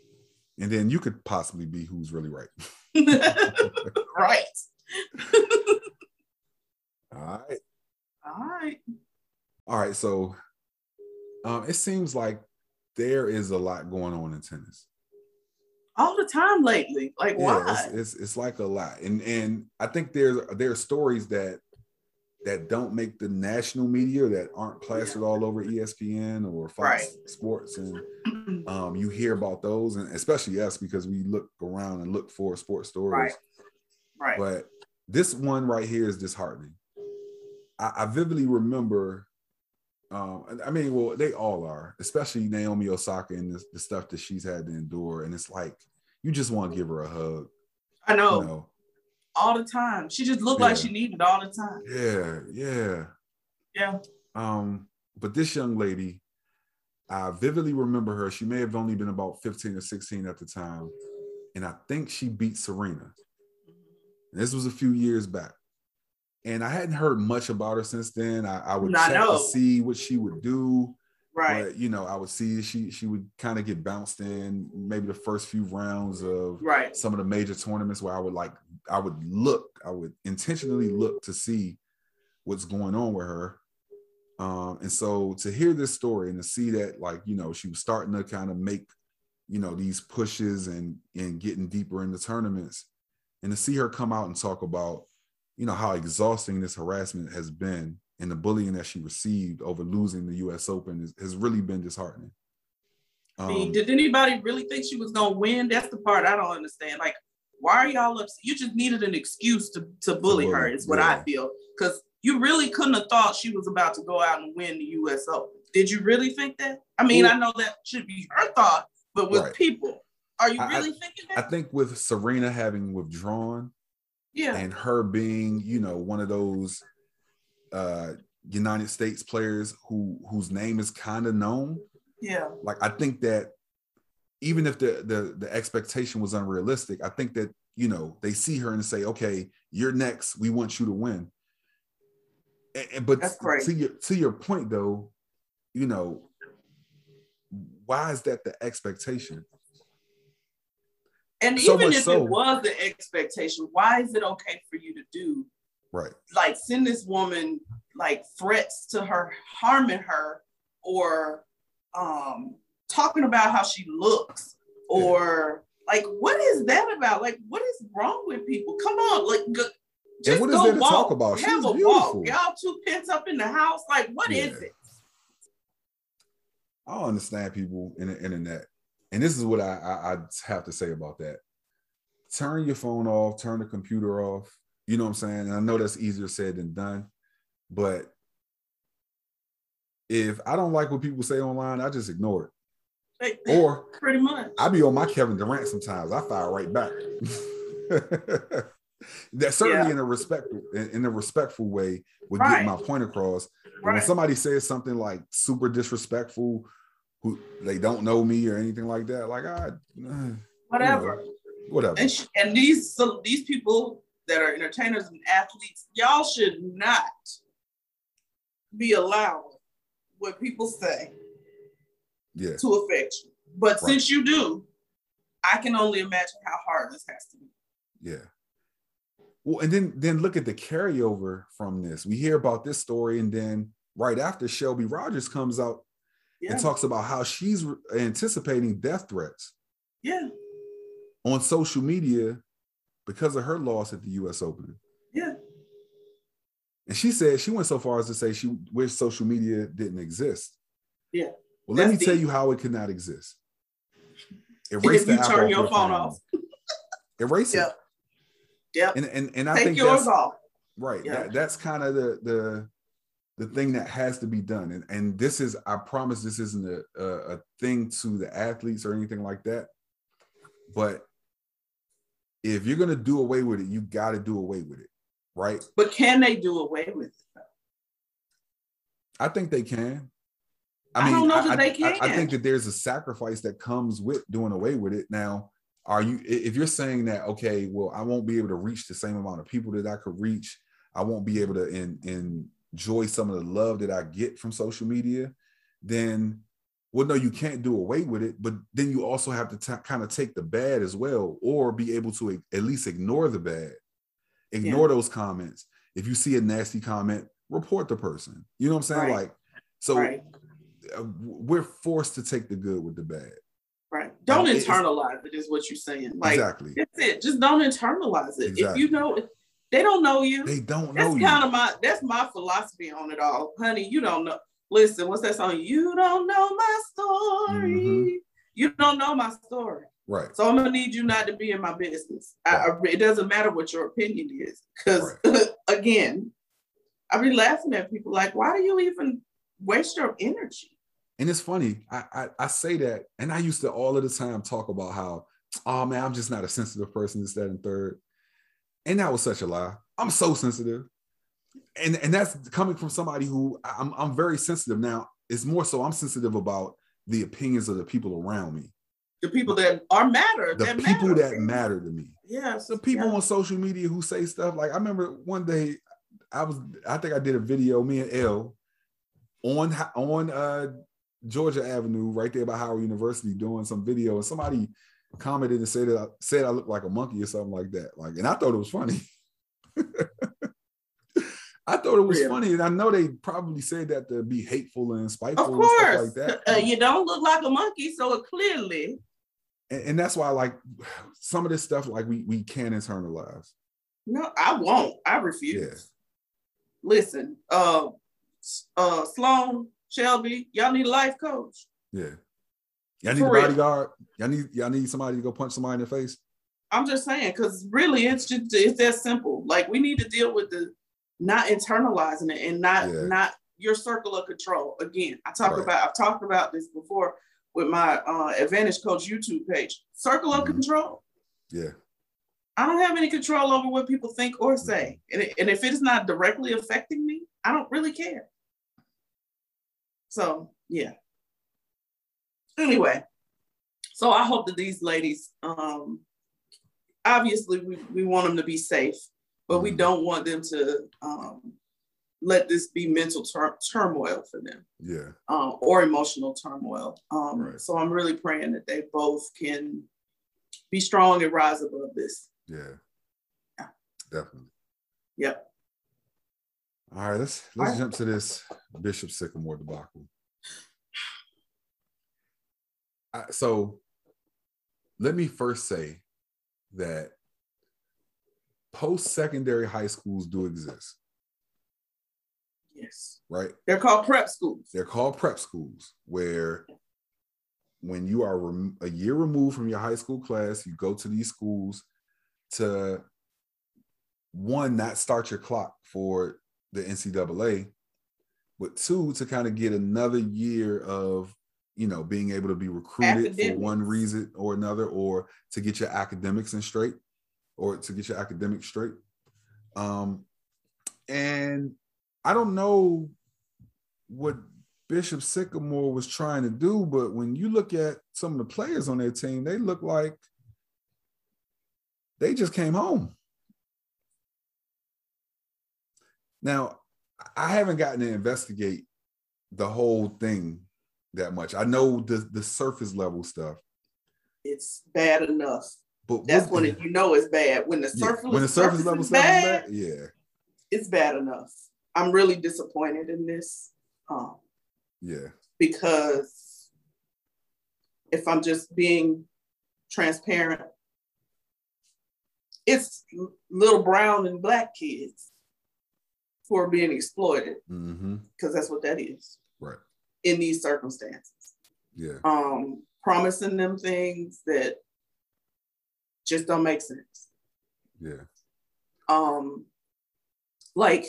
Speaker 2: and then you could possibly be who's really right.
Speaker 3: right.
Speaker 2: All right,
Speaker 3: All right.
Speaker 2: all right. So, um, it seems like there is a lot going on in tennis.
Speaker 3: All the time lately. Like
Speaker 2: yeah,
Speaker 3: why?
Speaker 2: it's, it's it's like a lot, and and I think there's there are stories that that don't make the national media that aren't plastered all over E ESPN or Fox Sports, and um, you hear about those, and especially us because we look around and look for sports stories.
Speaker 3: Right. right.
Speaker 2: But this one right here is disheartening. I, I vividly remember. Um, and I mean, well, they all are, especially Naomi Osaka and the, the stuff that she's had to endure. And it's like you just want to give her a hug.
Speaker 3: I know.
Speaker 2: You know,
Speaker 3: All the time. She just looked like
Speaker 2: Yeah.
Speaker 3: she needed all the time.
Speaker 2: Yeah, yeah.
Speaker 3: Yeah.
Speaker 2: Um, but this young lady, I vividly remember her. She may have only been about 15 or 16 at the time. And I think she beat Serena. And this was a few years back. And I hadn't heard much about her since then. I, I would
Speaker 3: I
Speaker 2: check
Speaker 3: know.
Speaker 2: to see what she would do.
Speaker 3: Right.
Speaker 2: But you know, I would see she she would kind of get bounced in maybe the first few rounds of
Speaker 3: Right.
Speaker 2: some of the major tournaments where I would like I would look, I would intentionally look to see what's going on with her. Um, and so to hear this story and to see that like, you know, she was starting to kind of make, you know, these pushes and and getting deeper in the tournaments and to see her come out and talk about, you know, how exhausting this harassment has been and the bullying that she received over losing the US Open is, has really been disheartening.
Speaker 3: I mean,
Speaker 2: Um,
Speaker 3: did anybody really think she was gonna win? That's the part I don't understand. Like, why are y'all upset? You just needed an excuse to, to bully her,
Speaker 2: bully,
Speaker 3: is what I
Speaker 2: yeah.
Speaker 3: feel. Because you really couldn't have thought she was about to go out and win the US Open. Did you really think that? I mean,
Speaker 2: Well-
Speaker 3: I know that should be her thought, but with
Speaker 2: Right.
Speaker 3: people, are you
Speaker 2: I- I-
Speaker 3: really thinking
Speaker 2: I
Speaker 3: that?
Speaker 2: think with Serena having withdrawn,
Speaker 3: yeah.
Speaker 2: and her being you know one of those uh united states players who whose name is kind of known
Speaker 3: yeah.
Speaker 2: like i think that even if the, the the expectation was unrealistic i think that you know they see her and say okay you're next we want you to win and, and- but
Speaker 3: That's great.
Speaker 2: to your to your point though you know why is that the expectation
Speaker 3: And
Speaker 2: So
Speaker 3: even
Speaker 2: much
Speaker 3: if
Speaker 2: so-
Speaker 3: it was the expectation, why is it okay for you to do
Speaker 2: right
Speaker 3: like send this woman like threats to her harming her or um talking about how she looks or like what is that about like what is wrong with people come on like g- Just
Speaker 2: what is
Speaker 3: go
Speaker 2: there to
Speaker 3: walk.
Speaker 2: talk about? She's
Speaker 3: Have a
Speaker 2: beautiful.
Speaker 3: walk. Y'all two pent up in the house. Like, what is
Speaker 2: Yeah.
Speaker 3: it?
Speaker 2: I don't understand people in the internet. And this is what I, I, I have to say about that. Turn your phone off, turn the computer off. You know what I'm saying? And I know that's easier said than done, but if I don't like what people say online, I just ignore
Speaker 3: Like,
Speaker 2: it. Or
Speaker 3: pretty much.
Speaker 2: I be on my Kevin Durant sometimes. I fire right back. that certainly in a respectful in, in a respectful way would get
Speaker 3: Right.
Speaker 2: my point across. But
Speaker 3: Right.
Speaker 2: When somebody says something like super disrespectful, who they don't know me or anything like that, like I eh,
Speaker 3: Whatever.
Speaker 2: whatever.
Speaker 3: And, sh- and these so these people that are entertainers and athletes, y'all should not be allowing what people say
Speaker 2: yeah,
Speaker 3: to affect you. But
Speaker 2: Right.
Speaker 3: since you do, I can only imagine how hard this has to be.
Speaker 2: yeah. Well, and then then look at the carryover from this. We hear about this story, and then right after Shelby Rogers comes out
Speaker 3: Yeah,
Speaker 2: and talks about how she's re- anticipating death threats.
Speaker 3: yeah,
Speaker 2: on social media because of her loss at the US Open.
Speaker 3: Yeah.
Speaker 2: And she said she went so far as to say she wished social media didn't exist.
Speaker 3: Yeah.
Speaker 2: Well, let me
Speaker 3: That's
Speaker 2: tell
Speaker 3: deep.
Speaker 2: you how it could not exist.
Speaker 3: If you
Speaker 2: app
Speaker 3: turn
Speaker 2: off
Speaker 3: your phone off.
Speaker 2: Erase
Speaker 3: Yeah.
Speaker 2: it.
Speaker 3: Yep.
Speaker 2: And and, and I
Speaker 3: Take
Speaker 2: think
Speaker 3: yours
Speaker 2: that's
Speaker 3: off.
Speaker 2: right.
Speaker 3: Yeah.
Speaker 2: That, that's kind of the the the thing that has to be done. And and this is I promise this isn't a, a, a thing to the athletes or anything like that. But if you're gonna do away with it, you got to do away with it, right?
Speaker 3: But can they do away with it?
Speaker 2: I think they can.
Speaker 3: I don't know that they
Speaker 2: I- I
Speaker 3: can.
Speaker 2: think that there's a sacrifice that comes with doing away with it. Now, are you i- if you're saying that okay, well, I won't be able to reach the same amount of people that I could reach. I won't be able to en- enjoy some of the love that I get from social media. Then, well, no, you can't do away with it. But then you also have to ta kind of take the bad as well, or be able to a- at least ignore the bad, ignore those comments. If you see a nasty comment, report the person. You know what I'm saying?
Speaker 3: Right.
Speaker 2: Like, so
Speaker 3: right,
Speaker 2: uh, we're forced to take the good with the bad.
Speaker 3: right. Don't
Speaker 2: it's-
Speaker 3: internalize it. Is what you're saying. Like
Speaker 2: exactly.
Speaker 3: that's it. Just don't internalize it. If
Speaker 2: Exactly.
Speaker 3: you know, they don't know you.
Speaker 2: They don't
Speaker 3: That's
Speaker 2: know you.
Speaker 3: kind of my that's my philosophy on it all, honey. You don't know. Listen, what's that song? You don't know my story.
Speaker 2: Mhm.
Speaker 3: You don't know my story.
Speaker 2: right.
Speaker 3: So I'm gonna need you not to be in my business. I, I, it doesn't matter what your opinion is, because again, I be laughing at people like, why do you even waste your energy?
Speaker 2: And it's funny. I, I I say that, and I used to all of the time talk about how, oh man, I'm just not a sensitive person. This, that, and third. And that was such a lie. I'm so sensitive. And and that's coming from somebody who I- I'm I'm very sensitive now. It's more so I'm sensitive about the opinions of the people around me,
Speaker 3: The people that are matter,
Speaker 2: the
Speaker 3: that
Speaker 2: people
Speaker 3: matter.
Speaker 2: that matter to me.
Speaker 3: Yes,
Speaker 2: the people
Speaker 3: yes.
Speaker 2: on social media who say stuff like I remember one day I was I think I did a video me and L on Ho- on uh Georgia Avenue right there by Howard University doing some video and somebody commented and said that I, said I looked like a monkey or something like that like and I thought it was funny I thought it was
Speaker 3: Really?
Speaker 2: funny and I know they probably said that to be hateful and spiteful
Speaker 3: Of
Speaker 2: and
Speaker 3: course,
Speaker 2: stuff like that
Speaker 3: Uh, you don't look like a monkey, so clearly,
Speaker 2: and, and that's why like some of this stuff like we we can internalize
Speaker 3: no, I won't. I refuse.
Speaker 2: yeah
Speaker 3: listen, uh, uh, Sloan, Shelby, y'all need a life coach.
Speaker 2: Yeah. Y'all need a
Speaker 3: For real.
Speaker 2: bodyguard. Y'all need y'all need somebody to go punch somebody in the face.
Speaker 3: I'm just saying, because really, it's just it's that simple. Like we need to deal with the not internalizing it and not
Speaker 2: Yeah.
Speaker 3: not your circle of control. Again, I talk
Speaker 2: Right.
Speaker 3: about I've talked about this before with my uh, Advantage Coach YouTube page. Circle of
Speaker 2: Mhm.
Speaker 3: control.
Speaker 2: Yeah. Mm-hmm.
Speaker 3: I don't have any control over what people think or say, and it- and if it is not directly affecting me, I don't really care. So yeah. Anyway, So I hope that these ladies, um, obviously, we, we want them to be safe, but we
Speaker 2: Mhm.
Speaker 3: don't want them to um, let this be mental tur- turmoil for them
Speaker 2: Yeah.
Speaker 3: um, or emotional turmoil. Um,
Speaker 2: Right.
Speaker 3: So I'm really praying that they both can be strong and rise above this.
Speaker 2: Yeah.
Speaker 3: Yeah.
Speaker 2: Definitely.
Speaker 3: Yep.
Speaker 2: All right, let's
Speaker 3: All
Speaker 2: let's
Speaker 3: right.
Speaker 2: jump to this Bishop Sycamore debacle. I- so let me first say that post-secondary high schools do exist,
Speaker 3: Yes.
Speaker 2: right?
Speaker 3: They're called prep schools.
Speaker 2: They're called prep schools, where when you are rem- a year removed from your high school class, you go to these schools to one, not start your clock for the NCAA, but two, to kind of get another year of you know being able to be recruited for
Speaker 3: Academics.
Speaker 2: one reason or another, or to get your academics in straight, or to get your academics straight. Um, and I don't know what Bishop Sycamore was trying to do, but when you look at some of the players on their team, they look like they just came home. Now, I haven't gotten to investigate the whole thing that much. I know the the surface level stuff,
Speaker 3: It's bad enough.
Speaker 2: but
Speaker 3: That's
Speaker 2: what-
Speaker 3: when it, you know it's bad. When the
Speaker 2: yeah,
Speaker 3: surface
Speaker 2: when the surface level
Speaker 3: is
Speaker 2: stuff is
Speaker 3: bad,
Speaker 2: bad, yeah,
Speaker 3: it's bad enough. I'm really disappointed in this um,
Speaker 2: yeah,
Speaker 3: because if I'm just being transparent, it's l- little brown and black kids who are being exploited
Speaker 2: hmm
Speaker 3: because that's what that is
Speaker 2: right,
Speaker 3: in these circumstances.
Speaker 2: yeah,
Speaker 3: Um, promising them things that just don't make sense.
Speaker 2: yeah,
Speaker 3: um like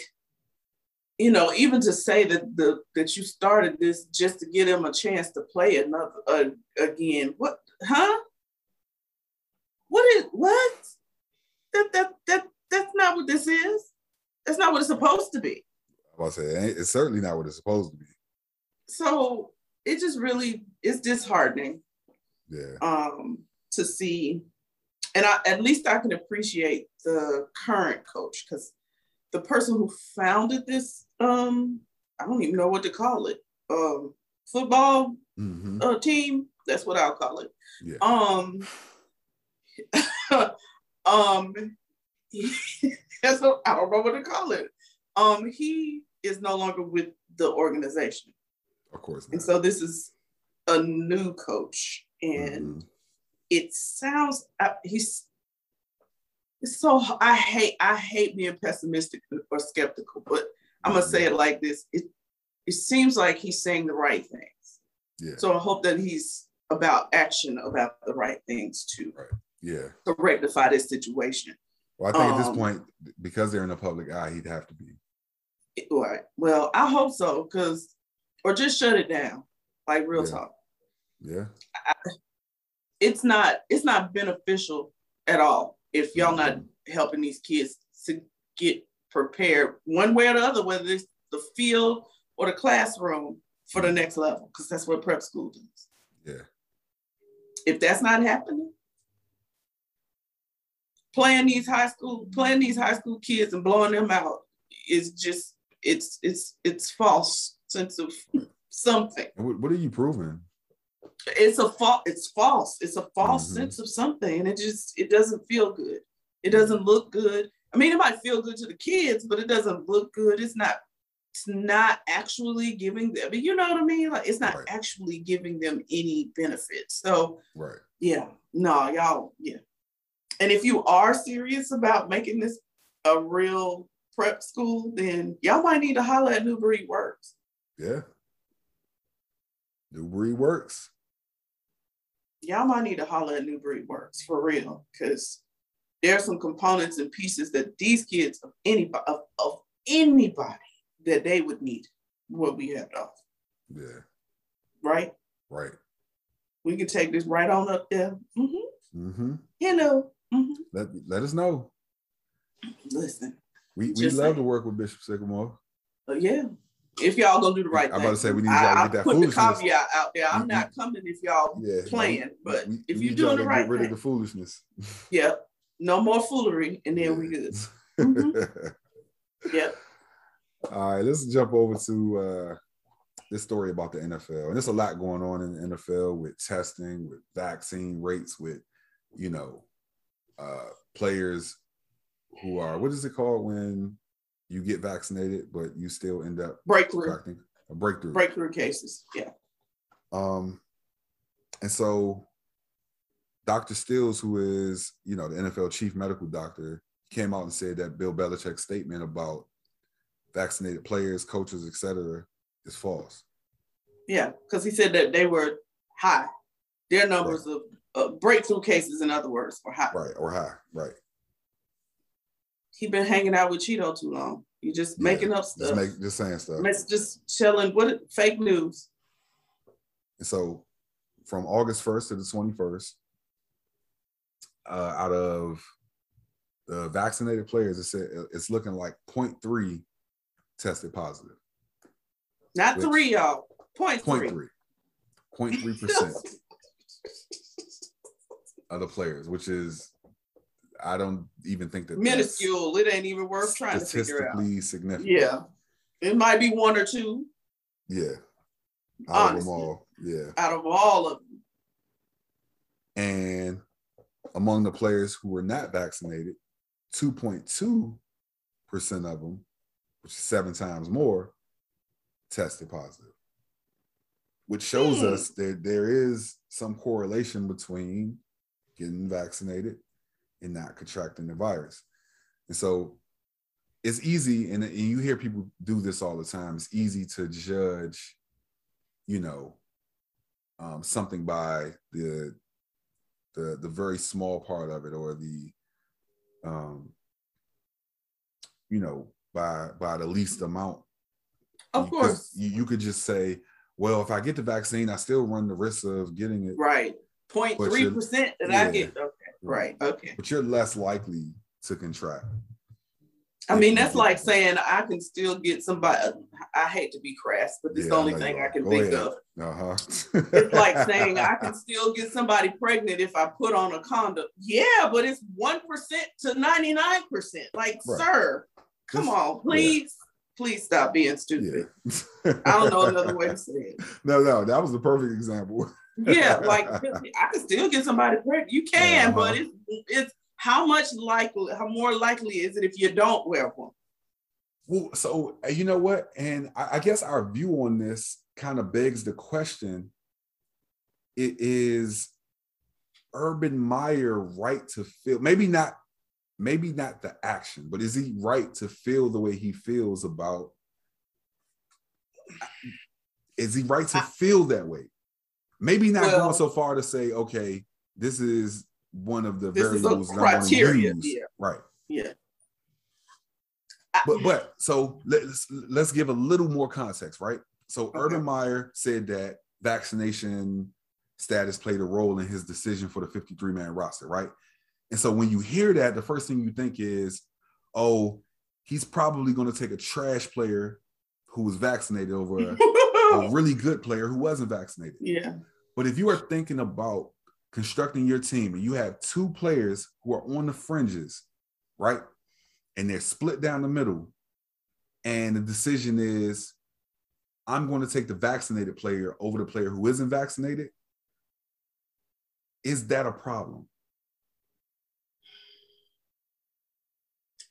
Speaker 3: you know even to say that the that you started this just to give them a chance to play another uh, again what huh what is what that that that that's not what this is that's not what it's supposed to be
Speaker 2: I was saying it's certainly not what it's supposed to be.
Speaker 3: so it just really is disheartening
Speaker 2: Yeah,
Speaker 3: um to see and I at least I can appreciate the current coach because the person who founded this um I don't even know what to call it um football
Speaker 2: hmm
Speaker 3: uh, team that's what I'll call it
Speaker 2: Yeah.
Speaker 3: um um that's what, I don't know what to call it um he is no longer with the organization
Speaker 2: of course.
Speaker 3: and
Speaker 2: Not.
Speaker 3: so this is a new coach and
Speaker 2: Mhm.
Speaker 3: it sounds I- he's it's so I hate I hate being pessimistic or skeptical, but I'm gonna
Speaker 2: Mm-hmm.
Speaker 3: say it like this: it it seems like he's saying the right things.
Speaker 2: Yeah.
Speaker 3: So I hope that he's about action, about the right things to,
Speaker 2: yeah.
Speaker 3: to rectify this situation.
Speaker 2: Well, I think at
Speaker 3: Um,
Speaker 2: this point, because they're in the public eye, he'd have to be.
Speaker 3: It- right. Well, I hope so, cause or just shut it down. Like real
Speaker 2: Yeah.
Speaker 3: talk,
Speaker 2: Yeah.
Speaker 3: it's not it's not beneficial at all if y'all not helping these kids to get prepared one way or the other, whether it's the field or the classroom for the next level, because that's what prep school does.
Speaker 2: Yeah.
Speaker 3: If that's not happening, playing these high school, playing these high school kids and blowing them out is just it's it's it's false sense of something.
Speaker 2: And what, what are you proving?
Speaker 3: It's a false it's false. It's a false
Speaker 2: Mhm.
Speaker 3: sense of something. And it just it doesn't feel good. It doesn't look good. I mean, it might feel good to the kids, but it doesn't look good. It's not it's not actually giving them, but you know what I mean? Like it's not
Speaker 2: Right.
Speaker 3: actually giving them any benefit. So
Speaker 2: Right.
Speaker 3: yeah, no, y'all, yeah. And if you are serious about making this a real prep school, then y'all might need to holler at New Breed Works.
Speaker 2: Yeah. New breed works.
Speaker 3: y'all might need to holler at New Breed Works for real, because there are some components and pieces that these kids of anybody of, of anybody that they would need what we have to offer,
Speaker 2: Yeah.
Speaker 3: right?
Speaker 2: Right.
Speaker 3: We can take this right on up there. hmm
Speaker 2: Mm-hmm.
Speaker 3: You know, hmm
Speaker 2: Let let us know.
Speaker 3: listen,
Speaker 2: We we
Speaker 3: Just
Speaker 2: love
Speaker 3: like-
Speaker 2: to work with Bishop Sycamore.
Speaker 3: but yeah, if y'all gonna do the right
Speaker 2: I'm
Speaker 3: thing,
Speaker 2: about to say we need y'all to
Speaker 3: I, I
Speaker 2: get that
Speaker 3: put the
Speaker 2: foolishness.
Speaker 3: caveat out there. I'm
Speaker 2: Mhm.
Speaker 3: not coming if y'all
Speaker 2: Yeah.
Speaker 3: playing, but
Speaker 2: We-
Speaker 3: if
Speaker 2: we
Speaker 3: you're
Speaker 2: need
Speaker 3: doing
Speaker 2: y'all
Speaker 3: the
Speaker 2: to
Speaker 3: right
Speaker 2: get rid of
Speaker 3: thing,
Speaker 2: the foolishness.
Speaker 3: yeah, no more foolery, and then we
Speaker 2: Yeah.
Speaker 3: good. Mhm. Yep.
Speaker 2: All right, let's jump over to uh, this story about the NFL. And there's a lot going on in the NFL with testing, with vaccine rates, with, you know, uh, players who are, what is it called when you get vaccinated, but you still end up
Speaker 3: Breakthrough,
Speaker 2: contracting a breakthrough?
Speaker 3: breakthrough cases. Yeah.
Speaker 2: Um, and so Dr. Stills, who is, you know, the NFL chief medical doctor, came out and said that Bill Belichick's statement about vaccinated players, coaches, etc., is false.
Speaker 3: Yeah, because he said that they were high. Their numbers of uh, breakthrough cases, in other words, were high.
Speaker 2: Right or high. Right.
Speaker 3: He been hanging out with Cheeto too long. You just
Speaker 2: Yeah,
Speaker 3: making up
Speaker 2: Just
Speaker 3: stuff.
Speaker 2: make just saying stuff.
Speaker 3: Let's just chilling. What fake news?
Speaker 2: And so from August 1st to the 21st, uh, out of the vaccinated players, it said it's looking like 0.3 tested positive.
Speaker 3: Not
Speaker 2: Which-
Speaker 3: three, y'all. Point three.
Speaker 2: 0.3. 0.3% of the players, which is, I don't even think that that's
Speaker 3: Minuscule. It ain't even worth trying to figure out.
Speaker 2: statistically significant.
Speaker 3: Yeah, it might be one or two
Speaker 2: Yeah. Out of them
Speaker 3: Honestly.
Speaker 2: all. Yeah.
Speaker 3: out of all of them.
Speaker 2: And among the players who were not vaccinated, 2.2% of them, which is seven times more, tested positive, which shows
Speaker 3: Hmm.
Speaker 2: us that there is some correlation between getting vaccinated and not contracting the virus. And so it's easy, and, and you hear people do this all the time. It's easy to judge, you know, um, something by the the the very small part of it or the um you know by by the least amount
Speaker 3: Of
Speaker 2: You- 'cause
Speaker 3: course,
Speaker 2: you, you could Mm, just say well if i get the vaccine i still run the risk of getting it
Speaker 3: right. Point
Speaker 2: But
Speaker 3: three
Speaker 2: you-
Speaker 3: percent that
Speaker 2: yeah.
Speaker 3: I get. Okay, right. Okay.
Speaker 2: but you're less likely to contract
Speaker 3: I mean, that's like saying I can still get somebody. I hate to be crass, but this is
Speaker 2: Yeah,
Speaker 3: the only
Speaker 2: I know you
Speaker 3: thing
Speaker 2: are.
Speaker 3: I can
Speaker 2: Go
Speaker 3: think
Speaker 2: ahead.
Speaker 3: of.
Speaker 2: uh-huh
Speaker 3: It's like saying I can still get somebody pregnant if I put on a condom. Yeah, but it's one percent to ninety nine percent. Like,
Speaker 2: Right.
Speaker 3: sir, come
Speaker 2: Just-
Speaker 3: on, please, please stop being
Speaker 2: yeah
Speaker 3: stupid. I don't know another way to say it.
Speaker 2: no no that was the perfect example
Speaker 3: Yeah, like I can still get somebody pregnant. You can,
Speaker 2: Uh-huh.
Speaker 3: but it's it's how much likely, how more likely is it if you don't wear one?
Speaker 2: Well, so uh, you know what, and I, I guess our view on this kind of begs the question: It is Urban Meyer right to feel? Maybe not, maybe not the action, but is he right to feel the way he feels about? uh, Is he right to
Speaker 3: I-
Speaker 2: feel that way? Maybe not
Speaker 3: Well-
Speaker 2: going so far to say, okay, this is one of the
Speaker 3: This is a
Speaker 2: variables that I wanna
Speaker 3: criteria,
Speaker 2: use.
Speaker 3: yeah.
Speaker 2: right?
Speaker 3: Yeah.
Speaker 2: but but so let's let's give a little more context, right? So Urban Meyer said that vaccination status played a role in his decision for the 53 man roster, right? And so when you hear that, the first thing you think is, oh, he's probably going to take a trash player who was vaccinated over a, a really good player who wasn't vaccinated.
Speaker 3: yeah.
Speaker 2: But if you are thinking about constructing your team and you have two players who are on the fringes, right? And they're split down the middle, and the decision is I'm going to take the vaccinated player over the player who isn't vaccinated. Is that a problem?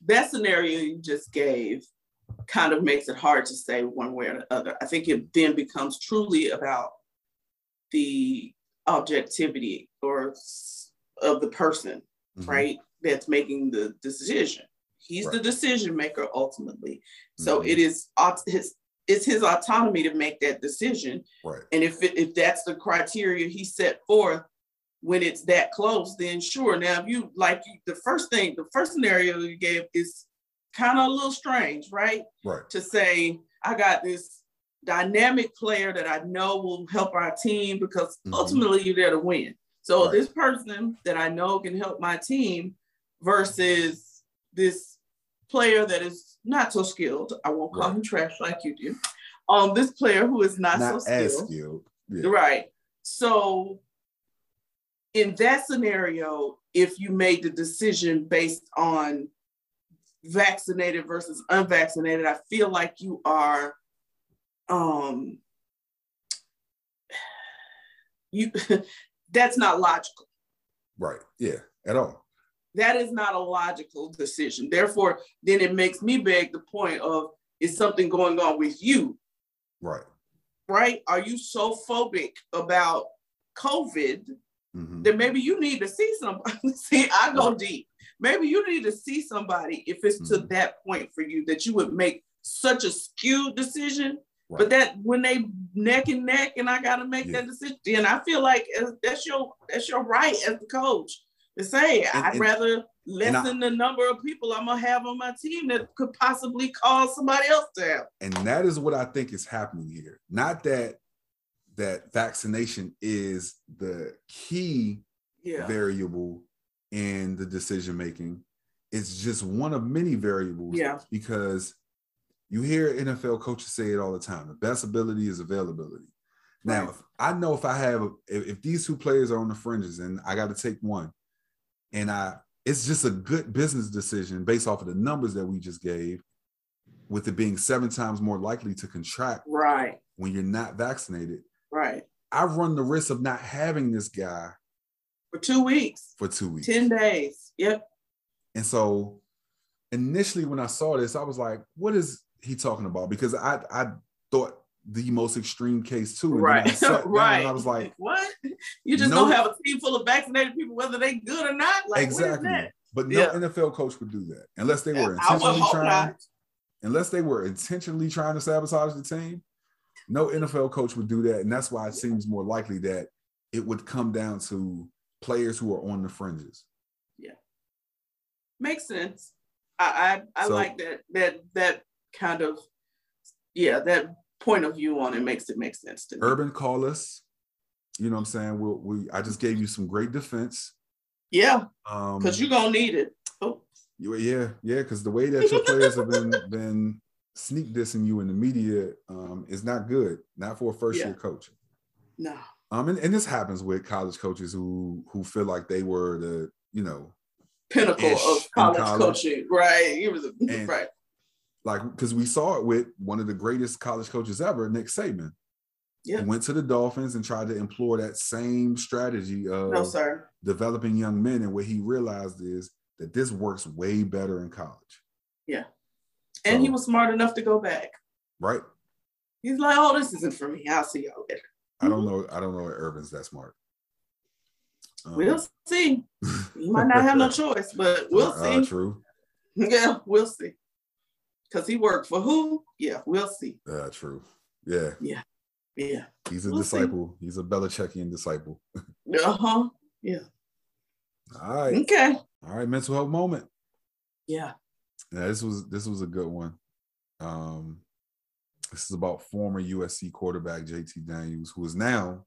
Speaker 3: that scenario you just gave kind of makes it hard to say one way or the other. I think it then becomes truly about the objectivity or s- of the person,
Speaker 2: Mm-hmm.
Speaker 3: right? That's making the decision. He's the
Speaker 2: Right.
Speaker 3: decision maker ultimately. So
Speaker 2: Mhm.
Speaker 3: it is aut- his it's his autonomy to make that decision.
Speaker 2: Right.
Speaker 3: And if it, if that's the criteria he set forth when it's that close, then sure. Now, if you like you, the first thing, the first scenario you gave is kind of a little strange, right?
Speaker 2: Right.
Speaker 3: To say I got this dynamic player that I know will help our team because
Speaker 2: Mhm.
Speaker 3: ultimately you're there to win. So
Speaker 2: Right.
Speaker 3: this person that I know can help my team versus this player that is not so skilled. I won't call
Speaker 2: Right.
Speaker 3: him trash like you do. Um, this player who is not, so
Speaker 2: Not
Speaker 3: skilled.
Speaker 2: as skilled. Yeah.
Speaker 3: Right. So in that scenario, if you made the decision based on vaccinated versus unvaccinated, I feel like you are um you that's not logical.
Speaker 2: Right. Yeah. At all.
Speaker 3: That is not a logical decision. Therefore, then it makes me beg the point of is something going on with you
Speaker 2: Right.
Speaker 3: right? Are you so phobic about COVID
Speaker 2: Mhm. mm-hmm. Uh-huh.
Speaker 3: that maybe you need to see somebody? see, I go deep. maybe you need to see somebody if it's to
Speaker 2: Mhm.
Speaker 3: that point for you that you would make such a skewed decision.
Speaker 2: Right.
Speaker 3: But that when they neck and neck, and I gotta make
Speaker 2: Yeah.
Speaker 3: that decision, then I feel like as- that's your that's your right as the coach to say
Speaker 2: And-
Speaker 3: I'd
Speaker 2: and-
Speaker 3: rather
Speaker 2: and I-
Speaker 3: lessen the number of people I'm gonna have on my team that could possibly cause somebody else down.
Speaker 2: and that is what I think is happening here. Not that that vaccination is the key
Speaker 3: Yeah,
Speaker 2: variable in the decision making. It's just one of many variables
Speaker 3: yeah,
Speaker 2: because you hear NFL coaches say it all the time. The best ability is availability. Now,
Speaker 3: Right.
Speaker 2: if I know if I have if, if these two players are on the fringes and I got to take one, and I it's just a good business decision based off of the numbers that we just gave, with it being seven times more likely to contract
Speaker 3: right,
Speaker 2: when you're not vaccinated.
Speaker 3: right.
Speaker 2: I run the risk of not having this guy
Speaker 3: For two weeks,
Speaker 2: for two weeks.
Speaker 3: ten days. Yep.
Speaker 2: And so initially when I saw this, I was like, what is he talking about? Because I I thought the most extreme case too. And then I
Speaker 3: Right.
Speaker 2: sat down
Speaker 3: right.
Speaker 2: And I was like,
Speaker 3: what? You just
Speaker 2: no-
Speaker 3: don't have a team full of vaccinated people, whether they good or not. Like,
Speaker 2: exactly.
Speaker 3: what is that?
Speaker 2: But no
Speaker 3: Yeah.
Speaker 2: NFL coach would do that unless they were
Speaker 3: I would
Speaker 2: intentionally
Speaker 3: hope
Speaker 2: trying,
Speaker 3: not.
Speaker 2: unless they were intentionally trying to sabotage the team. No NFL coach would do that. And that's why it seems more likely that it would come down to players who are on the fringes.
Speaker 3: Makes sense. I I, I
Speaker 2: So-
Speaker 3: like that that that kind of yeah that point of view on it makes it make sense to me.
Speaker 2: Urban call us. You know what I'm saying? We'll, we I just gave you some great defense.
Speaker 3: Yeah,
Speaker 2: Um,
Speaker 3: because you're gonna need it. Oh,
Speaker 2: You- Yeah, yeah, because the way that your players have been been sneak dissing you in the media um, is not good, not for a first year
Speaker 3: Yeah.
Speaker 2: coach.
Speaker 3: no,
Speaker 2: Um, and, and this happens with college coaches who who feel like they were the you know
Speaker 3: pinnacle
Speaker 2: Ish in
Speaker 3: of college,
Speaker 2: college.
Speaker 3: coaching, right? He was a,
Speaker 2: And-
Speaker 3: right,
Speaker 2: like because we saw it with one of the greatest college coaches ever, Nick Saban.
Speaker 3: Yeah.
Speaker 2: He went to the Dolphins and tried to employ that same strategy of
Speaker 3: no sir,
Speaker 2: developing young men, and what he realized is that this works way better in college,
Speaker 3: and he
Speaker 2: so-
Speaker 3: was smart enough to go back.
Speaker 2: right?
Speaker 3: He's like, oh, this isn't for me. I'll see y'all later.
Speaker 2: I don't
Speaker 3: Mm-hmm.
Speaker 2: know. I don't know if Urban's that smart. Um,
Speaker 3: We'll see. You might not have no choice, but we'll
Speaker 2: Uh,
Speaker 3: see.
Speaker 2: true.
Speaker 3: Yeah, we'll see. Cause he worked for who? Yeah, we'll see.
Speaker 2: Uh, true. Yeah,
Speaker 3: Yeah.
Speaker 2: he's a
Speaker 3: We'll see.
Speaker 2: disciple. He's a Belichickian disciple.
Speaker 3: Uh huh.
Speaker 2: All right,
Speaker 3: Okay.
Speaker 2: all right. Mental health moment.
Speaker 3: Yeah.
Speaker 2: Yeah, this was this was a good one. Um, this is about former USC quarterback JT Daniels, who is now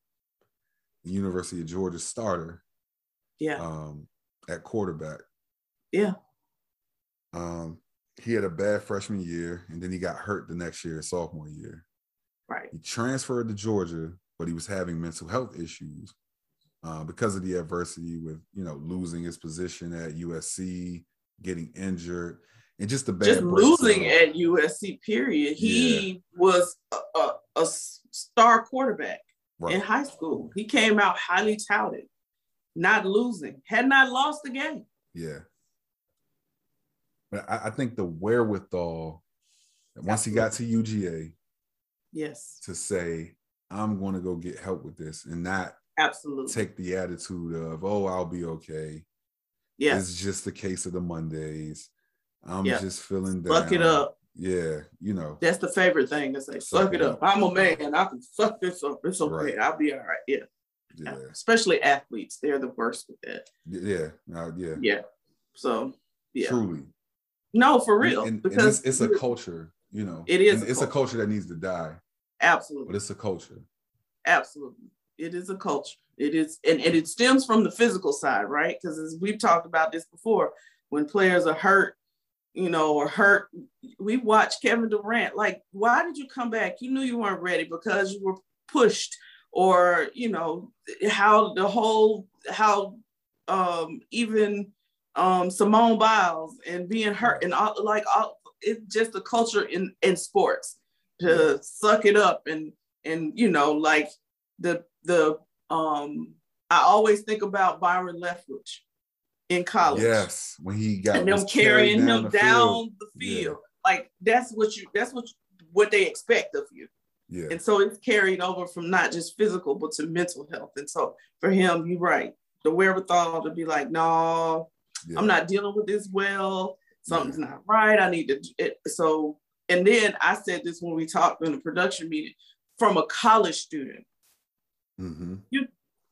Speaker 2: the University of Georgia starter
Speaker 3: Yeah.
Speaker 2: um, at quarterback.
Speaker 3: Yeah.
Speaker 2: Um, he had a bad freshman year, and then he got hurt the next year, sophomore year.
Speaker 3: Right.
Speaker 2: He transferred to Georgia, but he was having mental health issues uh, because of the adversity with you know losing his position at USC, getting injured, and just the bad
Speaker 3: Just
Speaker 2: breaks
Speaker 3: losing
Speaker 2: of-
Speaker 3: at USC. Period. He was a, a, a star quarterback in
Speaker 2: right,
Speaker 3: high school. He came out highly touted, not losing, had not lost the game.
Speaker 2: yeah. But I, I think the wherewithal once he got to UGA
Speaker 3: Yes.
Speaker 2: to say, "I'm going to go get help with this," and not
Speaker 3: Absolutely.
Speaker 2: take the attitude of, "Oh, I'll be okay."
Speaker 3: yeah.
Speaker 2: It's just a case of the Mondays. I'm
Speaker 3: Yeah.
Speaker 2: just feeling down.
Speaker 3: Fuck it up.
Speaker 2: Yeah, you know.
Speaker 3: That's the favorite thing to say.
Speaker 2: Suck
Speaker 3: Fuck
Speaker 2: it
Speaker 3: it up. I'm a man. I can fuck this up. It's okay.
Speaker 2: Right.
Speaker 3: I'll be all right. Yeah.
Speaker 2: Yeah,
Speaker 3: Especially athletes. They're the worst with that.
Speaker 2: yeah, uh, yeah,
Speaker 3: Yeah. So yeah.
Speaker 2: Truly,
Speaker 3: No, for real.
Speaker 2: And, and
Speaker 3: because
Speaker 2: it's, it's a culture, you know.
Speaker 3: It is
Speaker 2: And
Speaker 3: a
Speaker 2: it's a culture that needs to die, but
Speaker 3: absolutely,
Speaker 2: it's a culture.
Speaker 3: absolutely, it is a culture. It is, and, and it stems from the physical side, right? Because as we've talked about this before, when players are hurt, you know, or hurt, we watch Kevin Durant. Like, why did you come back? You knew you weren't ready because you were pushed, or you know, how the whole how um even um Simone Biles and being hurt and all like all it's just a culture in in sports to suck it up and and you know like the the um I always think about Byron Leftwich in college
Speaker 2: Yes, when he got
Speaker 3: and them
Speaker 2: was carried
Speaker 3: carrying him
Speaker 2: the field.
Speaker 3: down the
Speaker 2: Yeah.
Speaker 3: field like that's what you that's what you- what they expect of you
Speaker 2: Yeah,
Speaker 3: and so it's carried over from not just physical but to mental health and so for him you're right the wherewithal to be like no
Speaker 2: Yeah.
Speaker 3: I'm not dealing with this well. Something's not right. I need to. do It. So, and then I said this when we talked in the production meeting from a college student,
Speaker 2: hmm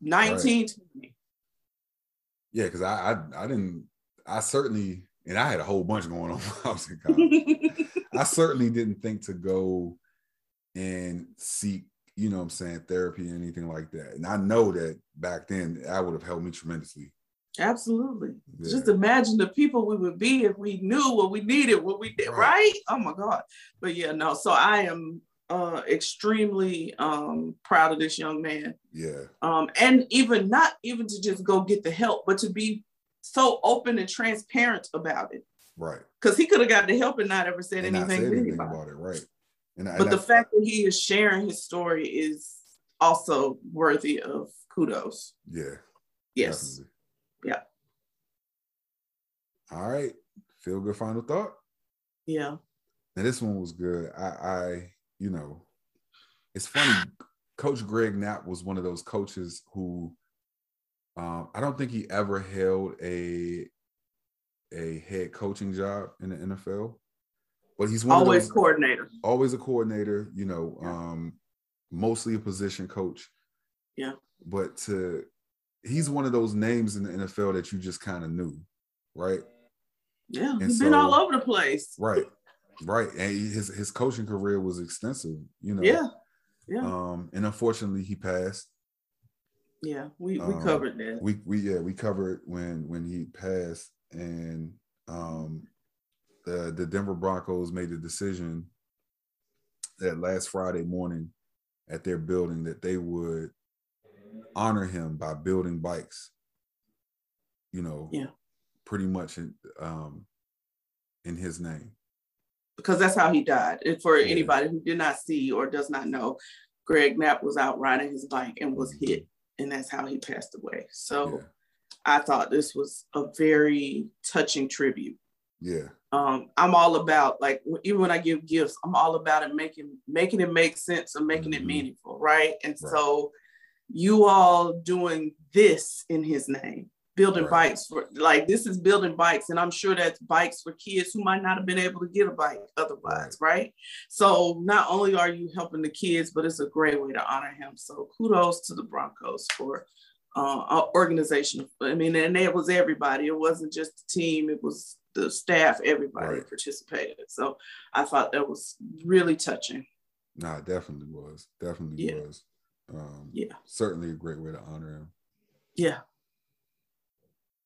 Speaker 3: 19, 20.
Speaker 2: Yeah, because I, I I didn't I certainly and I had a whole bunch going on when I was in college. I certainly didn't think to go and seek, you know what I'm saying, therapy and anything like that. And I know that back then that would have helped me tremendously.
Speaker 3: Absolutely.
Speaker 2: Yeah.
Speaker 3: Just imagine the people we would be if we knew what we needed, what we did,
Speaker 2: Right.
Speaker 3: right? Oh my God. But yeah, no. So I am uh, extremely um, proud of this young man.
Speaker 2: yeah.
Speaker 3: Um, and even not even to just go get the help, but to be so open and transparent about it.
Speaker 2: Right.
Speaker 3: Because he could have got the help and not ever said
Speaker 2: And I
Speaker 3: anything
Speaker 2: said
Speaker 3: to
Speaker 2: anything
Speaker 3: anybody.
Speaker 2: about it, right. And, I-
Speaker 3: but
Speaker 2: and
Speaker 3: the
Speaker 2: I-
Speaker 3: fact that he is sharing his story is also worthy of kudos.
Speaker 2: Yeah.
Speaker 3: Yes.
Speaker 2: definitely.
Speaker 3: Yeah.
Speaker 2: All right. Feel good final thought.
Speaker 3: Yeah.
Speaker 2: Now this one was good. I, I, you know, it's funny. Coach Greg Knapp was one of those coaches who, um, I don't think he ever held a a head coaching job in the NFL, but he's one
Speaker 3: Always
Speaker 2: of those,
Speaker 3: coordinator.
Speaker 2: always a coordinator. You know,
Speaker 3: Yeah.
Speaker 2: um, mostly a position coach.
Speaker 3: Yeah.
Speaker 2: But to, he's one of those names in the NFL that you just kind of knew, right?
Speaker 3: Yeah.
Speaker 2: And
Speaker 3: He's been
Speaker 2: so-
Speaker 3: all over the place.
Speaker 2: Right, right. And he- his his coaching career was extensive, you know.
Speaker 3: Yeah. Yeah.
Speaker 2: Um, and unfortunately, he passed.
Speaker 3: Yeah, we, we
Speaker 2: Um,
Speaker 3: covered that.
Speaker 2: We we yeah we covered when when he passed, and um, the the Denver Broncos made the decision that last Friday morning at their building that they would honor him by building bikes. You know.
Speaker 3: Yeah.
Speaker 2: Pretty much in um, in his name.
Speaker 3: Because that's how he died. And for
Speaker 2: Yeah.
Speaker 3: anybody who did not see or does not know, Greg Knapp was out riding his bike and was hit. And that's how he passed away. So
Speaker 2: Mm-hmm. Yeah.
Speaker 3: I thought this was a very touching tribute.
Speaker 2: Yeah.
Speaker 3: Um, I'm all about like w- even when I give gifts, I'm all about it making making it make sense and making
Speaker 2: Mhm.
Speaker 3: it meaningful, right? And
Speaker 2: Right.
Speaker 3: so you all doing this in his name, building
Speaker 2: Right.
Speaker 3: bikes for like this is building bikes, and I'm sure that's bikes for kids who might not have been able to get a bike otherwise, right? So not only are you helping the kids, but it's a great way to honor him. So kudos to the Broncos for uh, our organization. I mean, and it was everybody. It wasn't just the team. It was the staff. Everybody
Speaker 2: Right.
Speaker 3: participated. So I thought that was really touching.
Speaker 2: Nah, it definitely was. Definitely
Speaker 3: Yeah.
Speaker 2: was. Um,
Speaker 3: Yeah.
Speaker 2: Certainly a great way to honor him.
Speaker 3: Yeah.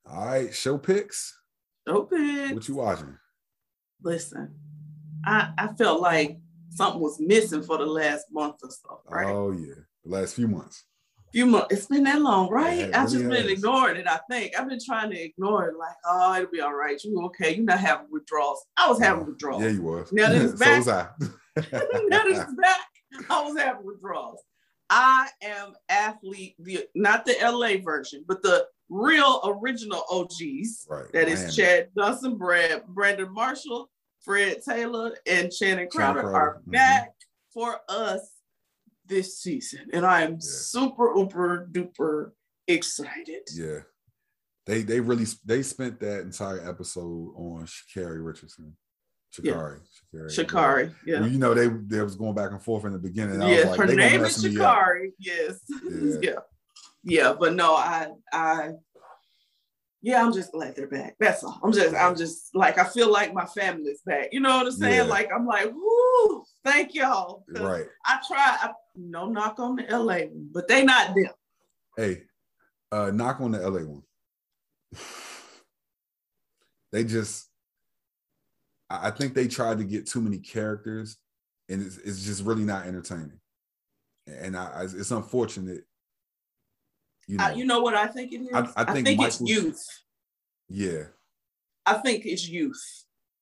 Speaker 2: All right, show picks.
Speaker 3: Open.
Speaker 2: What you watching?
Speaker 3: Listen, I, I felt like something was missing for the last month or so, right?
Speaker 2: Oh yeah, the last few months.
Speaker 3: few months. It's been that long,
Speaker 2: Yeah,
Speaker 3: right?
Speaker 2: it
Speaker 3: I've just
Speaker 2: really
Speaker 3: been
Speaker 2: has.
Speaker 3: ignoring it. I think I've been trying to ignore it. Like, oh, it'll be all right. You okay? You're not having withdrawals. I was having
Speaker 2: Uh,
Speaker 3: withdrawals.
Speaker 2: Yeah, you was.
Speaker 3: Now that it's
Speaker 2: so
Speaker 3: back.
Speaker 2: was I.
Speaker 3: now that it's back, I was having withdrawals. I am athlete, the not the LA version, but the real original OGs.
Speaker 2: right.
Speaker 3: That is
Speaker 2: Miami.
Speaker 3: Chad Dawson, Brad, Brandon Marshall, Fred Taylor, and Shannon Crowder,
Speaker 2: Crowder,
Speaker 3: are
Speaker 2: mhm.
Speaker 3: back for us this season. And I am super, uber duper excited.
Speaker 2: Yeah. They they really they spent that entire episode on Shakari Richardson.
Speaker 3: Yeah.
Speaker 2: Shakari.
Speaker 3: Shakari, yeah.
Speaker 2: Well, you know they they was going back and forth in the beginning. I
Speaker 3: yes,
Speaker 2: was like,
Speaker 3: her
Speaker 2: they gonna
Speaker 3: name is
Speaker 2: mess me up.
Speaker 3: Shakari. Yes.
Speaker 2: Yeah.
Speaker 3: Yeah. yeah. But no, I I yeah, I'm just glad they're back. That's all. I'm just, I'm just like I feel like my family's back. You know what I'm saying?
Speaker 2: Yeah.
Speaker 3: Like I'm like, woo, thank y'all. 'Cause
Speaker 2: Right.
Speaker 3: I try I, no knock on the LA, but they not them.
Speaker 2: Hey, uh, knock on the LA one. they just, I I think they tried to get too many characters, and it's, it's just really not entertaining. And I, I it's unfortunate. You know,
Speaker 3: I- Uh, you know what I think it is?
Speaker 2: I- I think
Speaker 3: it's
Speaker 2: Michael's-
Speaker 3: youth.
Speaker 2: yeah,
Speaker 3: I think it's youth.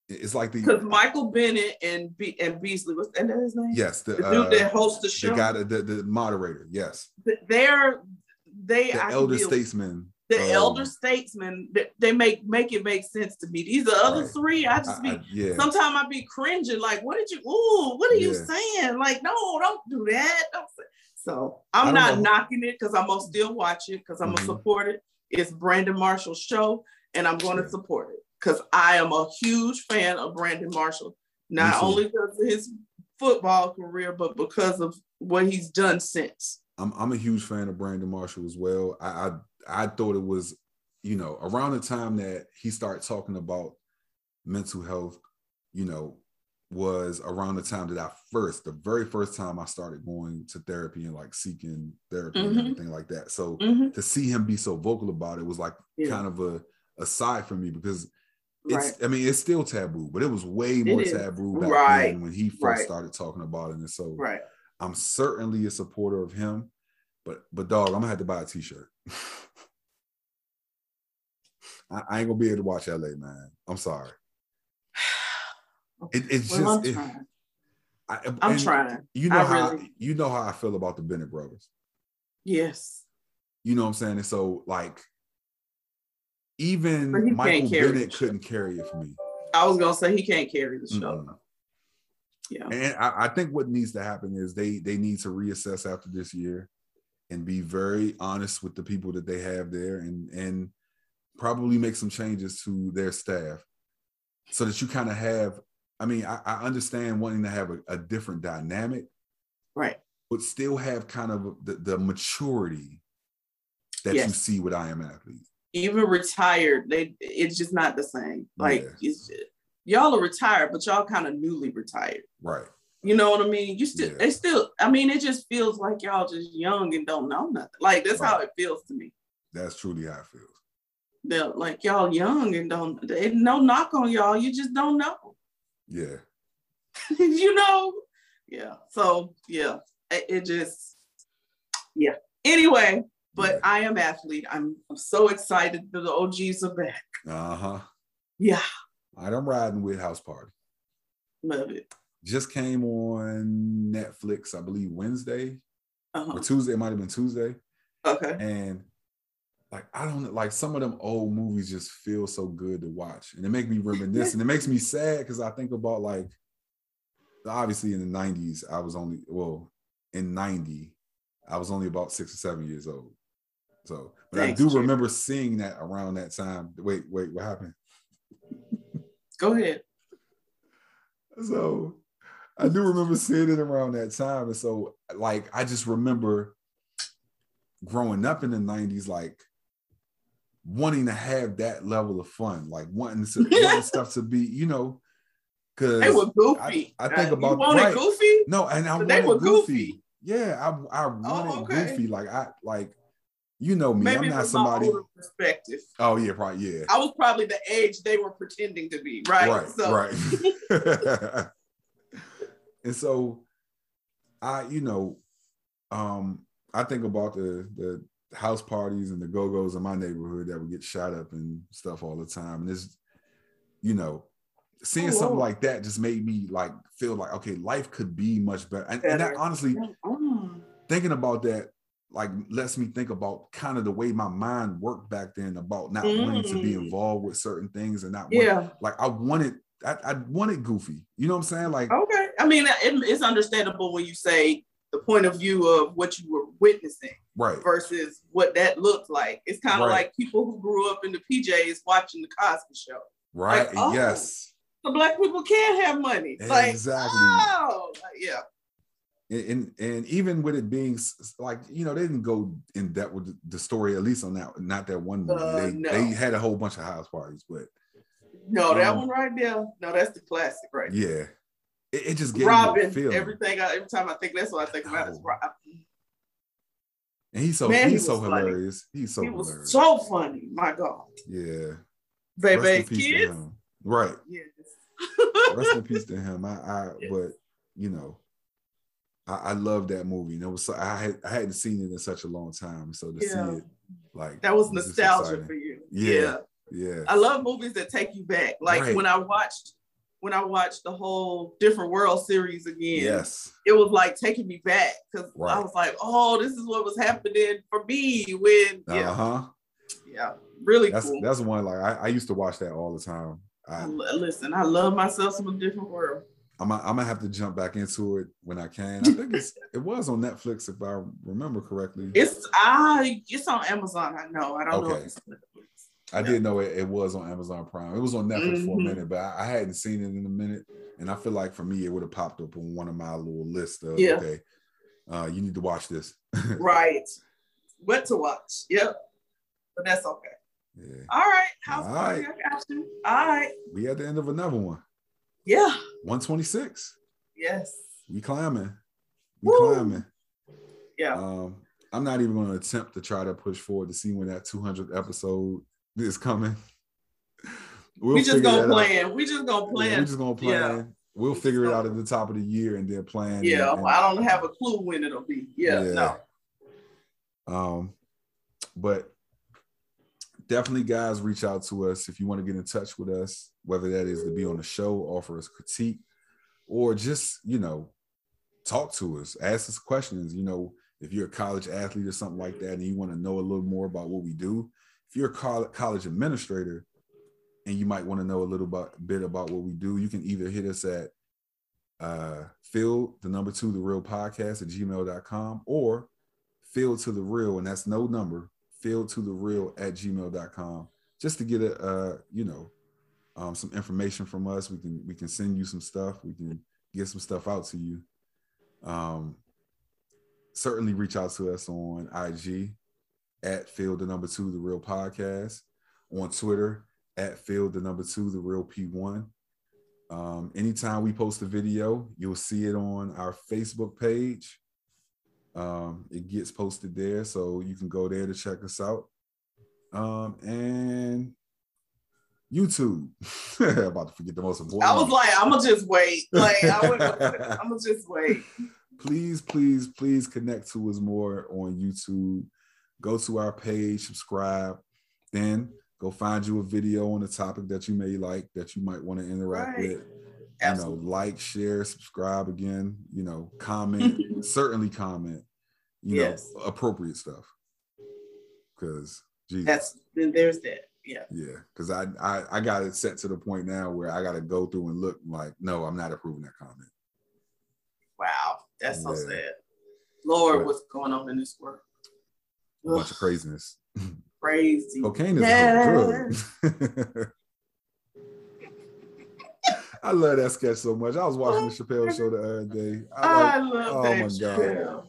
Speaker 2: It- it's like
Speaker 3: Because
Speaker 2: the
Speaker 3: Michael Bennett and Be- and Beasley, what's and that his name?
Speaker 2: yes, the
Speaker 3: The
Speaker 2: uh,
Speaker 3: dude that hosts the
Speaker 2: the
Speaker 3: show.
Speaker 2: guy that- the, the moderator, yes,
Speaker 3: th- they're they
Speaker 2: the
Speaker 3: I can
Speaker 2: elder
Speaker 3: deal-
Speaker 2: statesman,
Speaker 3: the
Speaker 2: um,
Speaker 3: elder statesmen th- they make make it make sense to me these other
Speaker 2: Right.
Speaker 3: three i
Speaker 2: I-
Speaker 3: just be
Speaker 2: I- yeah,
Speaker 3: sometimes i be cringing like what did you ooh what are you
Speaker 2: Yeah.
Speaker 3: saying like no don't do that don't say-" so
Speaker 2: I
Speaker 3: i'm
Speaker 2: don't
Speaker 3: not
Speaker 2: know.
Speaker 3: knocking it because i'm gonna still watch it because i'm
Speaker 2: Mhm.
Speaker 3: gonna support it it's brandon marshall's show and I'm going to support it because I am a huge fan of Brandon Marshall,
Speaker 2: Me
Speaker 3: not
Speaker 2: too.
Speaker 3: only because of his football career, but because of what he's done since.
Speaker 2: I'm I'm a huge fan of Brandon Marshall as well. I I, I thought it was, you know, around the time that he started talking about mental health, you know, was around the time that I first, the very first time I started going to therapy and like seeking therapy and
Speaker 3: Mhm.
Speaker 2: everything like that. So
Speaker 3: Mhm.
Speaker 2: to see him be so vocal about it was like
Speaker 3: Yeah.
Speaker 2: kind of a aside for me because it's
Speaker 3: Right.
Speaker 2: I mean it's still taboo, but it was way more
Speaker 3: is.
Speaker 2: taboo back
Speaker 3: Right.
Speaker 2: then when he first
Speaker 3: Right.
Speaker 2: started talking about it. And so
Speaker 3: Right.
Speaker 2: I'm certainly a supporter of him, but but dog, I'm gonna have to buy a t-shirt. I, I ain't gonna be able to watch LA, man. I'm sorry. It, it's
Speaker 3: Well, I'm
Speaker 2: just it-
Speaker 3: trying.
Speaker 2: I,
Speaker 3: I'm
Speaker 2: and
Speaker 3: trying.
Speaker 2: You know
Speaker 3: I
Speaker 2: how
Speaker 3: really-
Speaker 2: you know how I feel about the Bennett brothers.
Speaker 3: Yes.
Speaker 2: You know what I'm saying? And so like even
Speaker 3: But he
Speaker 2: Michael
Speaker 3: can't carry
Speaker 2: Bennett
Speaker 3: the show.
Speaker 2: couldn't carry it for me.
Speaker 3: I was gonna say he can't carry the show.
Speaker 2: Mm-mm.
Speaker 3: Yeah.
Speaker 2: And I, I think what needs to happen is they they need to reassess after this year and be very honest with the people that they have there and and probably make some changes to their staff so that you kind of have I mean I, I understand wanting to have a, a different dynamic
Speaker 3: Right.
Speaker 2: but still have kind of the, the maturity that you
Speaker 3: Yes.
Speaker 2: see with I am athlete.
Speaker 3: Even retired, they it's just not the same. Like
Speaker 2: Yeah.
Speaker 3: it's y'all are retired, but y'all kind of newly retired.
Speaker 2: Right.
Speaker 3: You know what I mean? You still
Speaker 2: Yeah.
Speaker 3: they still I mean it just feels like y'all just young and don't know nothing. Like that's how
Speaker 2: Right.
Speaker 3: it feels to me.
Speaker 2: That's truly how it feels.
Speaker 3: They're like y'all young and don't they, no knock on y'all. You just don't know.
Speaker 2: Yeah.
Speaker 3: you know? Yeah. So yeah. It, it just yeah. Anyway, but I am athlete. I'm, I'm so excited that the OGs are back.
Speaker 2: uh-huh.
Speaker 3: Yeah,
Speaker 2: All right, I'm riding with House Party.
Speaker 3: love it.
Speaker 2: just came on Netflix, I believe Wednesday
Speaker 3: Uh-huh.
Speaker 2: or Tuesday. It might have been Tuesday.
Speaker 3: Okay.
Speaker 2: And like I don't know, like some of them old movies just feel so good to watch. And it make me reminisce. and it makes me sad because I think about like obviously in the 90s, I was only well, in 90, I was only about six or seven years old. So but
Speaker 3: Thanks,
Speaker 2: I do
Speaker 3: Jay.
Speaker 2: remember seeing that around that time. Wait, wait, what happened?
Speaker 3: Go ahead.
Speaker 2: So I do remember seeing it around that time. And so like I just remember growing up in the 90s, like wanting to have that level of fun, like wanting, to, wanting stuff to be, you know,
Speaker 3: They
Speaker 2: because
Speaker 3: were goofy.
Speaker 2: I- I think
Speaker 3: Uh,
Speaker 2: about-
Speaker 3: you wanted
Speaker 2: right.
Speaker 3: goofy.
Speaker 2: no, and I wanted
Speaker 3: But they were
Speaker 2: goofy.
Speaker 3: goofy. Oh,
Speaker 2: Yeah, I I wanted
Speaker 3: okay.
Speaker 2: goofy. Like I like you know me.
Speaker 3: Maybe
Speaker 2: I'm not
Speaker 3: from
Speaker 2: somebody.
Speaker 3: somebody... my older perspective.
Speaker 2: Oh yeah, probably yeah.
Speaker 3: I was probably the age they were pretending to be, right?
Speaker 2: right
Speaker 3: so
Speaker 2: right and so i you know um i think about the the house parties and the go-go's in my neighborhood that would get shot up and stuff all the time and it's you know seeing
Speaker 3: Oh,
Speaker 2: something
Speaker 3: wow.
Speaker 2: like that just made me like feel like okay life could be much better and, and that
Speaker 3: Better.
Speaker 2: honestly
Speaker 3: Mm.
Speaker 2: thinking about that like lets me think about kind of the way my mind worked back then about not wanting to be
Speaker 3: Mm.
Speaker 2: involved with certain things and not wanting
Speaker 3: yeah.
Speaker 2: like I wanted, I, I wanted Goofy. You know what I'm saying? Like,
Speaker 3: Okay. I mean, it, it's understandable when you say the point of view of what you were witnessing
Speaker 2: right,
Speaker 3: versus what that looked like. It's kind of
Speaker 2: Right.
Speaker 3: like people who grew up in the PJs watching the Cosby Show.
Speaker 2: right,
Speaker 3: like, oh.
Speaker 2: yes,
Speaker 3: So black people can have money. Like,
Speaker 2: exactly.
Speaker 3: oh, like, yeah.
Speaker 2: And, and and even with it being s- s- like, you know, they didn't go in depth with the story at least on that, not that one movie.
Speaker 3: Uh,
Speaker 2: they,
Speaker 3: no.
Speaker 2: they had a whole bunch of house parties, but
Speaker 3: No, that
Speaker 2: Um,
Speaker 3: one right there. No, that's the classic right there.
Speaker 2: yeah, it, it just gave me
Speaker 3: Robin,
Speaker 2: that feeling. Oh.
Speaker 3: everything. I, every time I think that's what I think about is
Speaker 2: No.
Speaker 3: Robin.
Speaker 2: and he's so
Speaker 3: Man, he
Speaker 2: he's so
Speaker 3: was funny.
Speaker 2: hilarious. He's so
Speaker 3: he was
Speaker 2: hilarious.
Speaker 3: so funny. My God,
Speaker 2: yeah, Rest in
Speaker 3: baby,
Speaker 2: peace to
Speaker 3: kids.
Speaker 2: him. Right,
Speaker 3: Yes.
Speaker 2: rest in peace to him. I, I
Speaker 3: Yes.
Speaker 2: but you know, I, I love that movie, and it was so, I had I hadn't seen it in such a long time, so to
Speaker 3: Yeah.
Speaker 2: see it like
Speaker 3: That was
Speaker 2: was just
Speaker 3: nostalgia
Speaker 2: exciting.
Speaker 3: for you.
Speaker 2: Yeah.
Speaker 3: Yeah.
Speaker 2: yeah,
Speaker 3: I love movies that take you back. Like
Speaker 2: Right.
Speaker 3: when I watched when I watched the whole Different World series again.
Speaker 2: yes,
Speaker 3: it was like taking me back because I
Speaker 2: Right.
Speaker 3: was like, oh, this is what was happening for me when
Speaker 2: uh
Speaker 3: yeah,
Speaker 2: huh.
Speaker 3: yeah, really
Speaker 2: That's
Speaker 3: cool. Mm-hmm.
Speaker 2: that's one like I, I used to watch that all the time. I,
Speaker 3: I
Speaker 2: I'm
Speaker 3: lo- Listen, I love myself some different world.
Speaker 2: gonna- I'm gonna have to jump back into it when I can. I think it's it was on Netflix if I remember correctly.
Speaker 3: It's I it's on Amazon. I know. I don't know.
Speaker 2: Okay.
Speaker 3: If it's Netflix.
Speaker 2: I did know it, it was on Amazon Prime. It was on Netflix for a
Speaker 3: Mhm.
Speaker 2: minute, but I, I hadn't seen it in a minute. And I feel like for me, it would have popped up on one of my little lists of
Speaker 3: Yeah.
Speaker 2: okay, uh, you need to watch this.
Speaker 3: right. What to watch? Yep. But that's okay.
Speaker 2: Yeah.
Speaker 3: All right. House
Speaker 2: All
Speaker 3: party. I got you. All right.
Speaker 2: We at the end of another one.
Speaker 3: Yeah.
Speaker 2: 126.
Speaker 3: Yes.
Speaker 2: We climbing. We
Speaker 3: Woo.
Speaker 2: climbing.
Speaker 3: Yeah.
Speaker 2: Um, I'm not even gonna attempt to try to push forward to see when that 200th episode is coming. We'll
Speaker 3: we just
Speaker 2: figure
Speaker 3: gonna
Speaker 2: that out.
Speaker 3: plan. We just gonna
Speaker 2: Yeah,
Speaker 3: plan.
Speaker 2: we're just gonna plan.
Speaker 3: Yeah.
Speaker 2: We'll figure it out at the top of the year and then plan.
Speaker 3: Yeah.
Speaker 2: and- and-
Speaker 3: I don't have a clue when it'll be. Yeah. No.
Speaker 2: Um, but definitely, guys, reach out to us if you want to get in touch with us, whether that is to be on the show, offer us critique, or just you know, talk to us, ask us questions. You know, if you're a college athlete or something like that, and you want to know a little more about what we do, if you're a col- college administrator and you might want to know a little about, bit about what we do, you can either hit us at uh, field the number two the real podcast at gmail.com or field to the real and that's no number field to the real at gmail.com just to get a uh, you know um, some information from us we can we can send you some stuff we can get some stuff out to you um, certainly reach out to us on ig at field the number two the real podcast on twitter at field the number two the real p1 um, anytime we post a video you'll see it on our facebook page um, it gets posted there, so you can go there to check us out. Um, and YouTube. About to forget the most important.
Speaker 3: I was
Speaker 2: one.
Speaker 3: like, I'm gonna just wait. Like I would, I'm gonna just wait.
Speaker 2: please, please, please connect to us more on YouTube. Go to our page, subscribe, then go find you a video on a topic that you may like, that you might want to interact
Speaker 3: Right.
Speaker 2: with. you know,
Speaker 3: Absolutely.
Speaker 2: like, share, subscribe again, you know, comment, certainly comment, you
Speaker 3: Yes.
Speaker 2: know, appropriate stuff. Cause Jesus.
Speaker 3: That's then there's that. Yeah.
Speaker 2: yeah. Cause I, I I got it set to the point now where I gotta go through and look like, no, I'm not approving that comment.
Speaker 3: Wow. That's so
Speaker 2: Yeah.
Speaker 3: sad. Lord,
Speaker 2: Right.
Speaker 3: what's going on in this world?
Speaker 2: A
Speaker 3: Ugh,
Speaker 2: bunch of craziness.
Speaker 3: crazy.
Speaker 2: Cocaine is a drug. I love that sketch so much. I was watching the Chappelle show the other day. I like,
Speaker 3: I love
Speaker 2: oh
Speaker 3: that
Speaker 2: my God.
Speaker 3: show.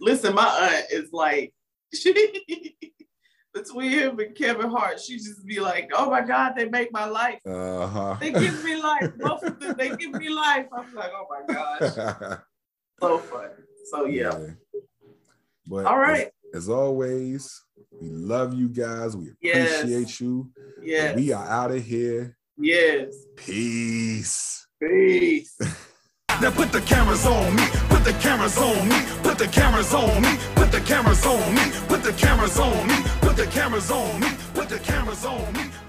Speaker 3: Listen, my aunt is like she between him and Kevin Hart, she just be like, "Oh my God, they make my life.
Speaker 2: uh-huh.
Speaker 3: They give me life. Both of them, they give me life." I'm like, "Oh my gosh, so fun." So Oh, yeah,
Speaker 2: But
Speaker 3: all right,
Speaker 2: As, as always, we love you guys. We
Speaker 3: Yes.
Speaker 2: appreciate you.
Speaker 3: yes,
Speaker 2: We are out of here.
Speaker 3: yes,
Speaker 2: Peace.
Speaker 3: peace.
Speaker 2: Now put the cameras on me, put the cameras on me, put the cameras on me, put the cameras on me, put the cameras on me, put the cameras on me, put the cameras on me.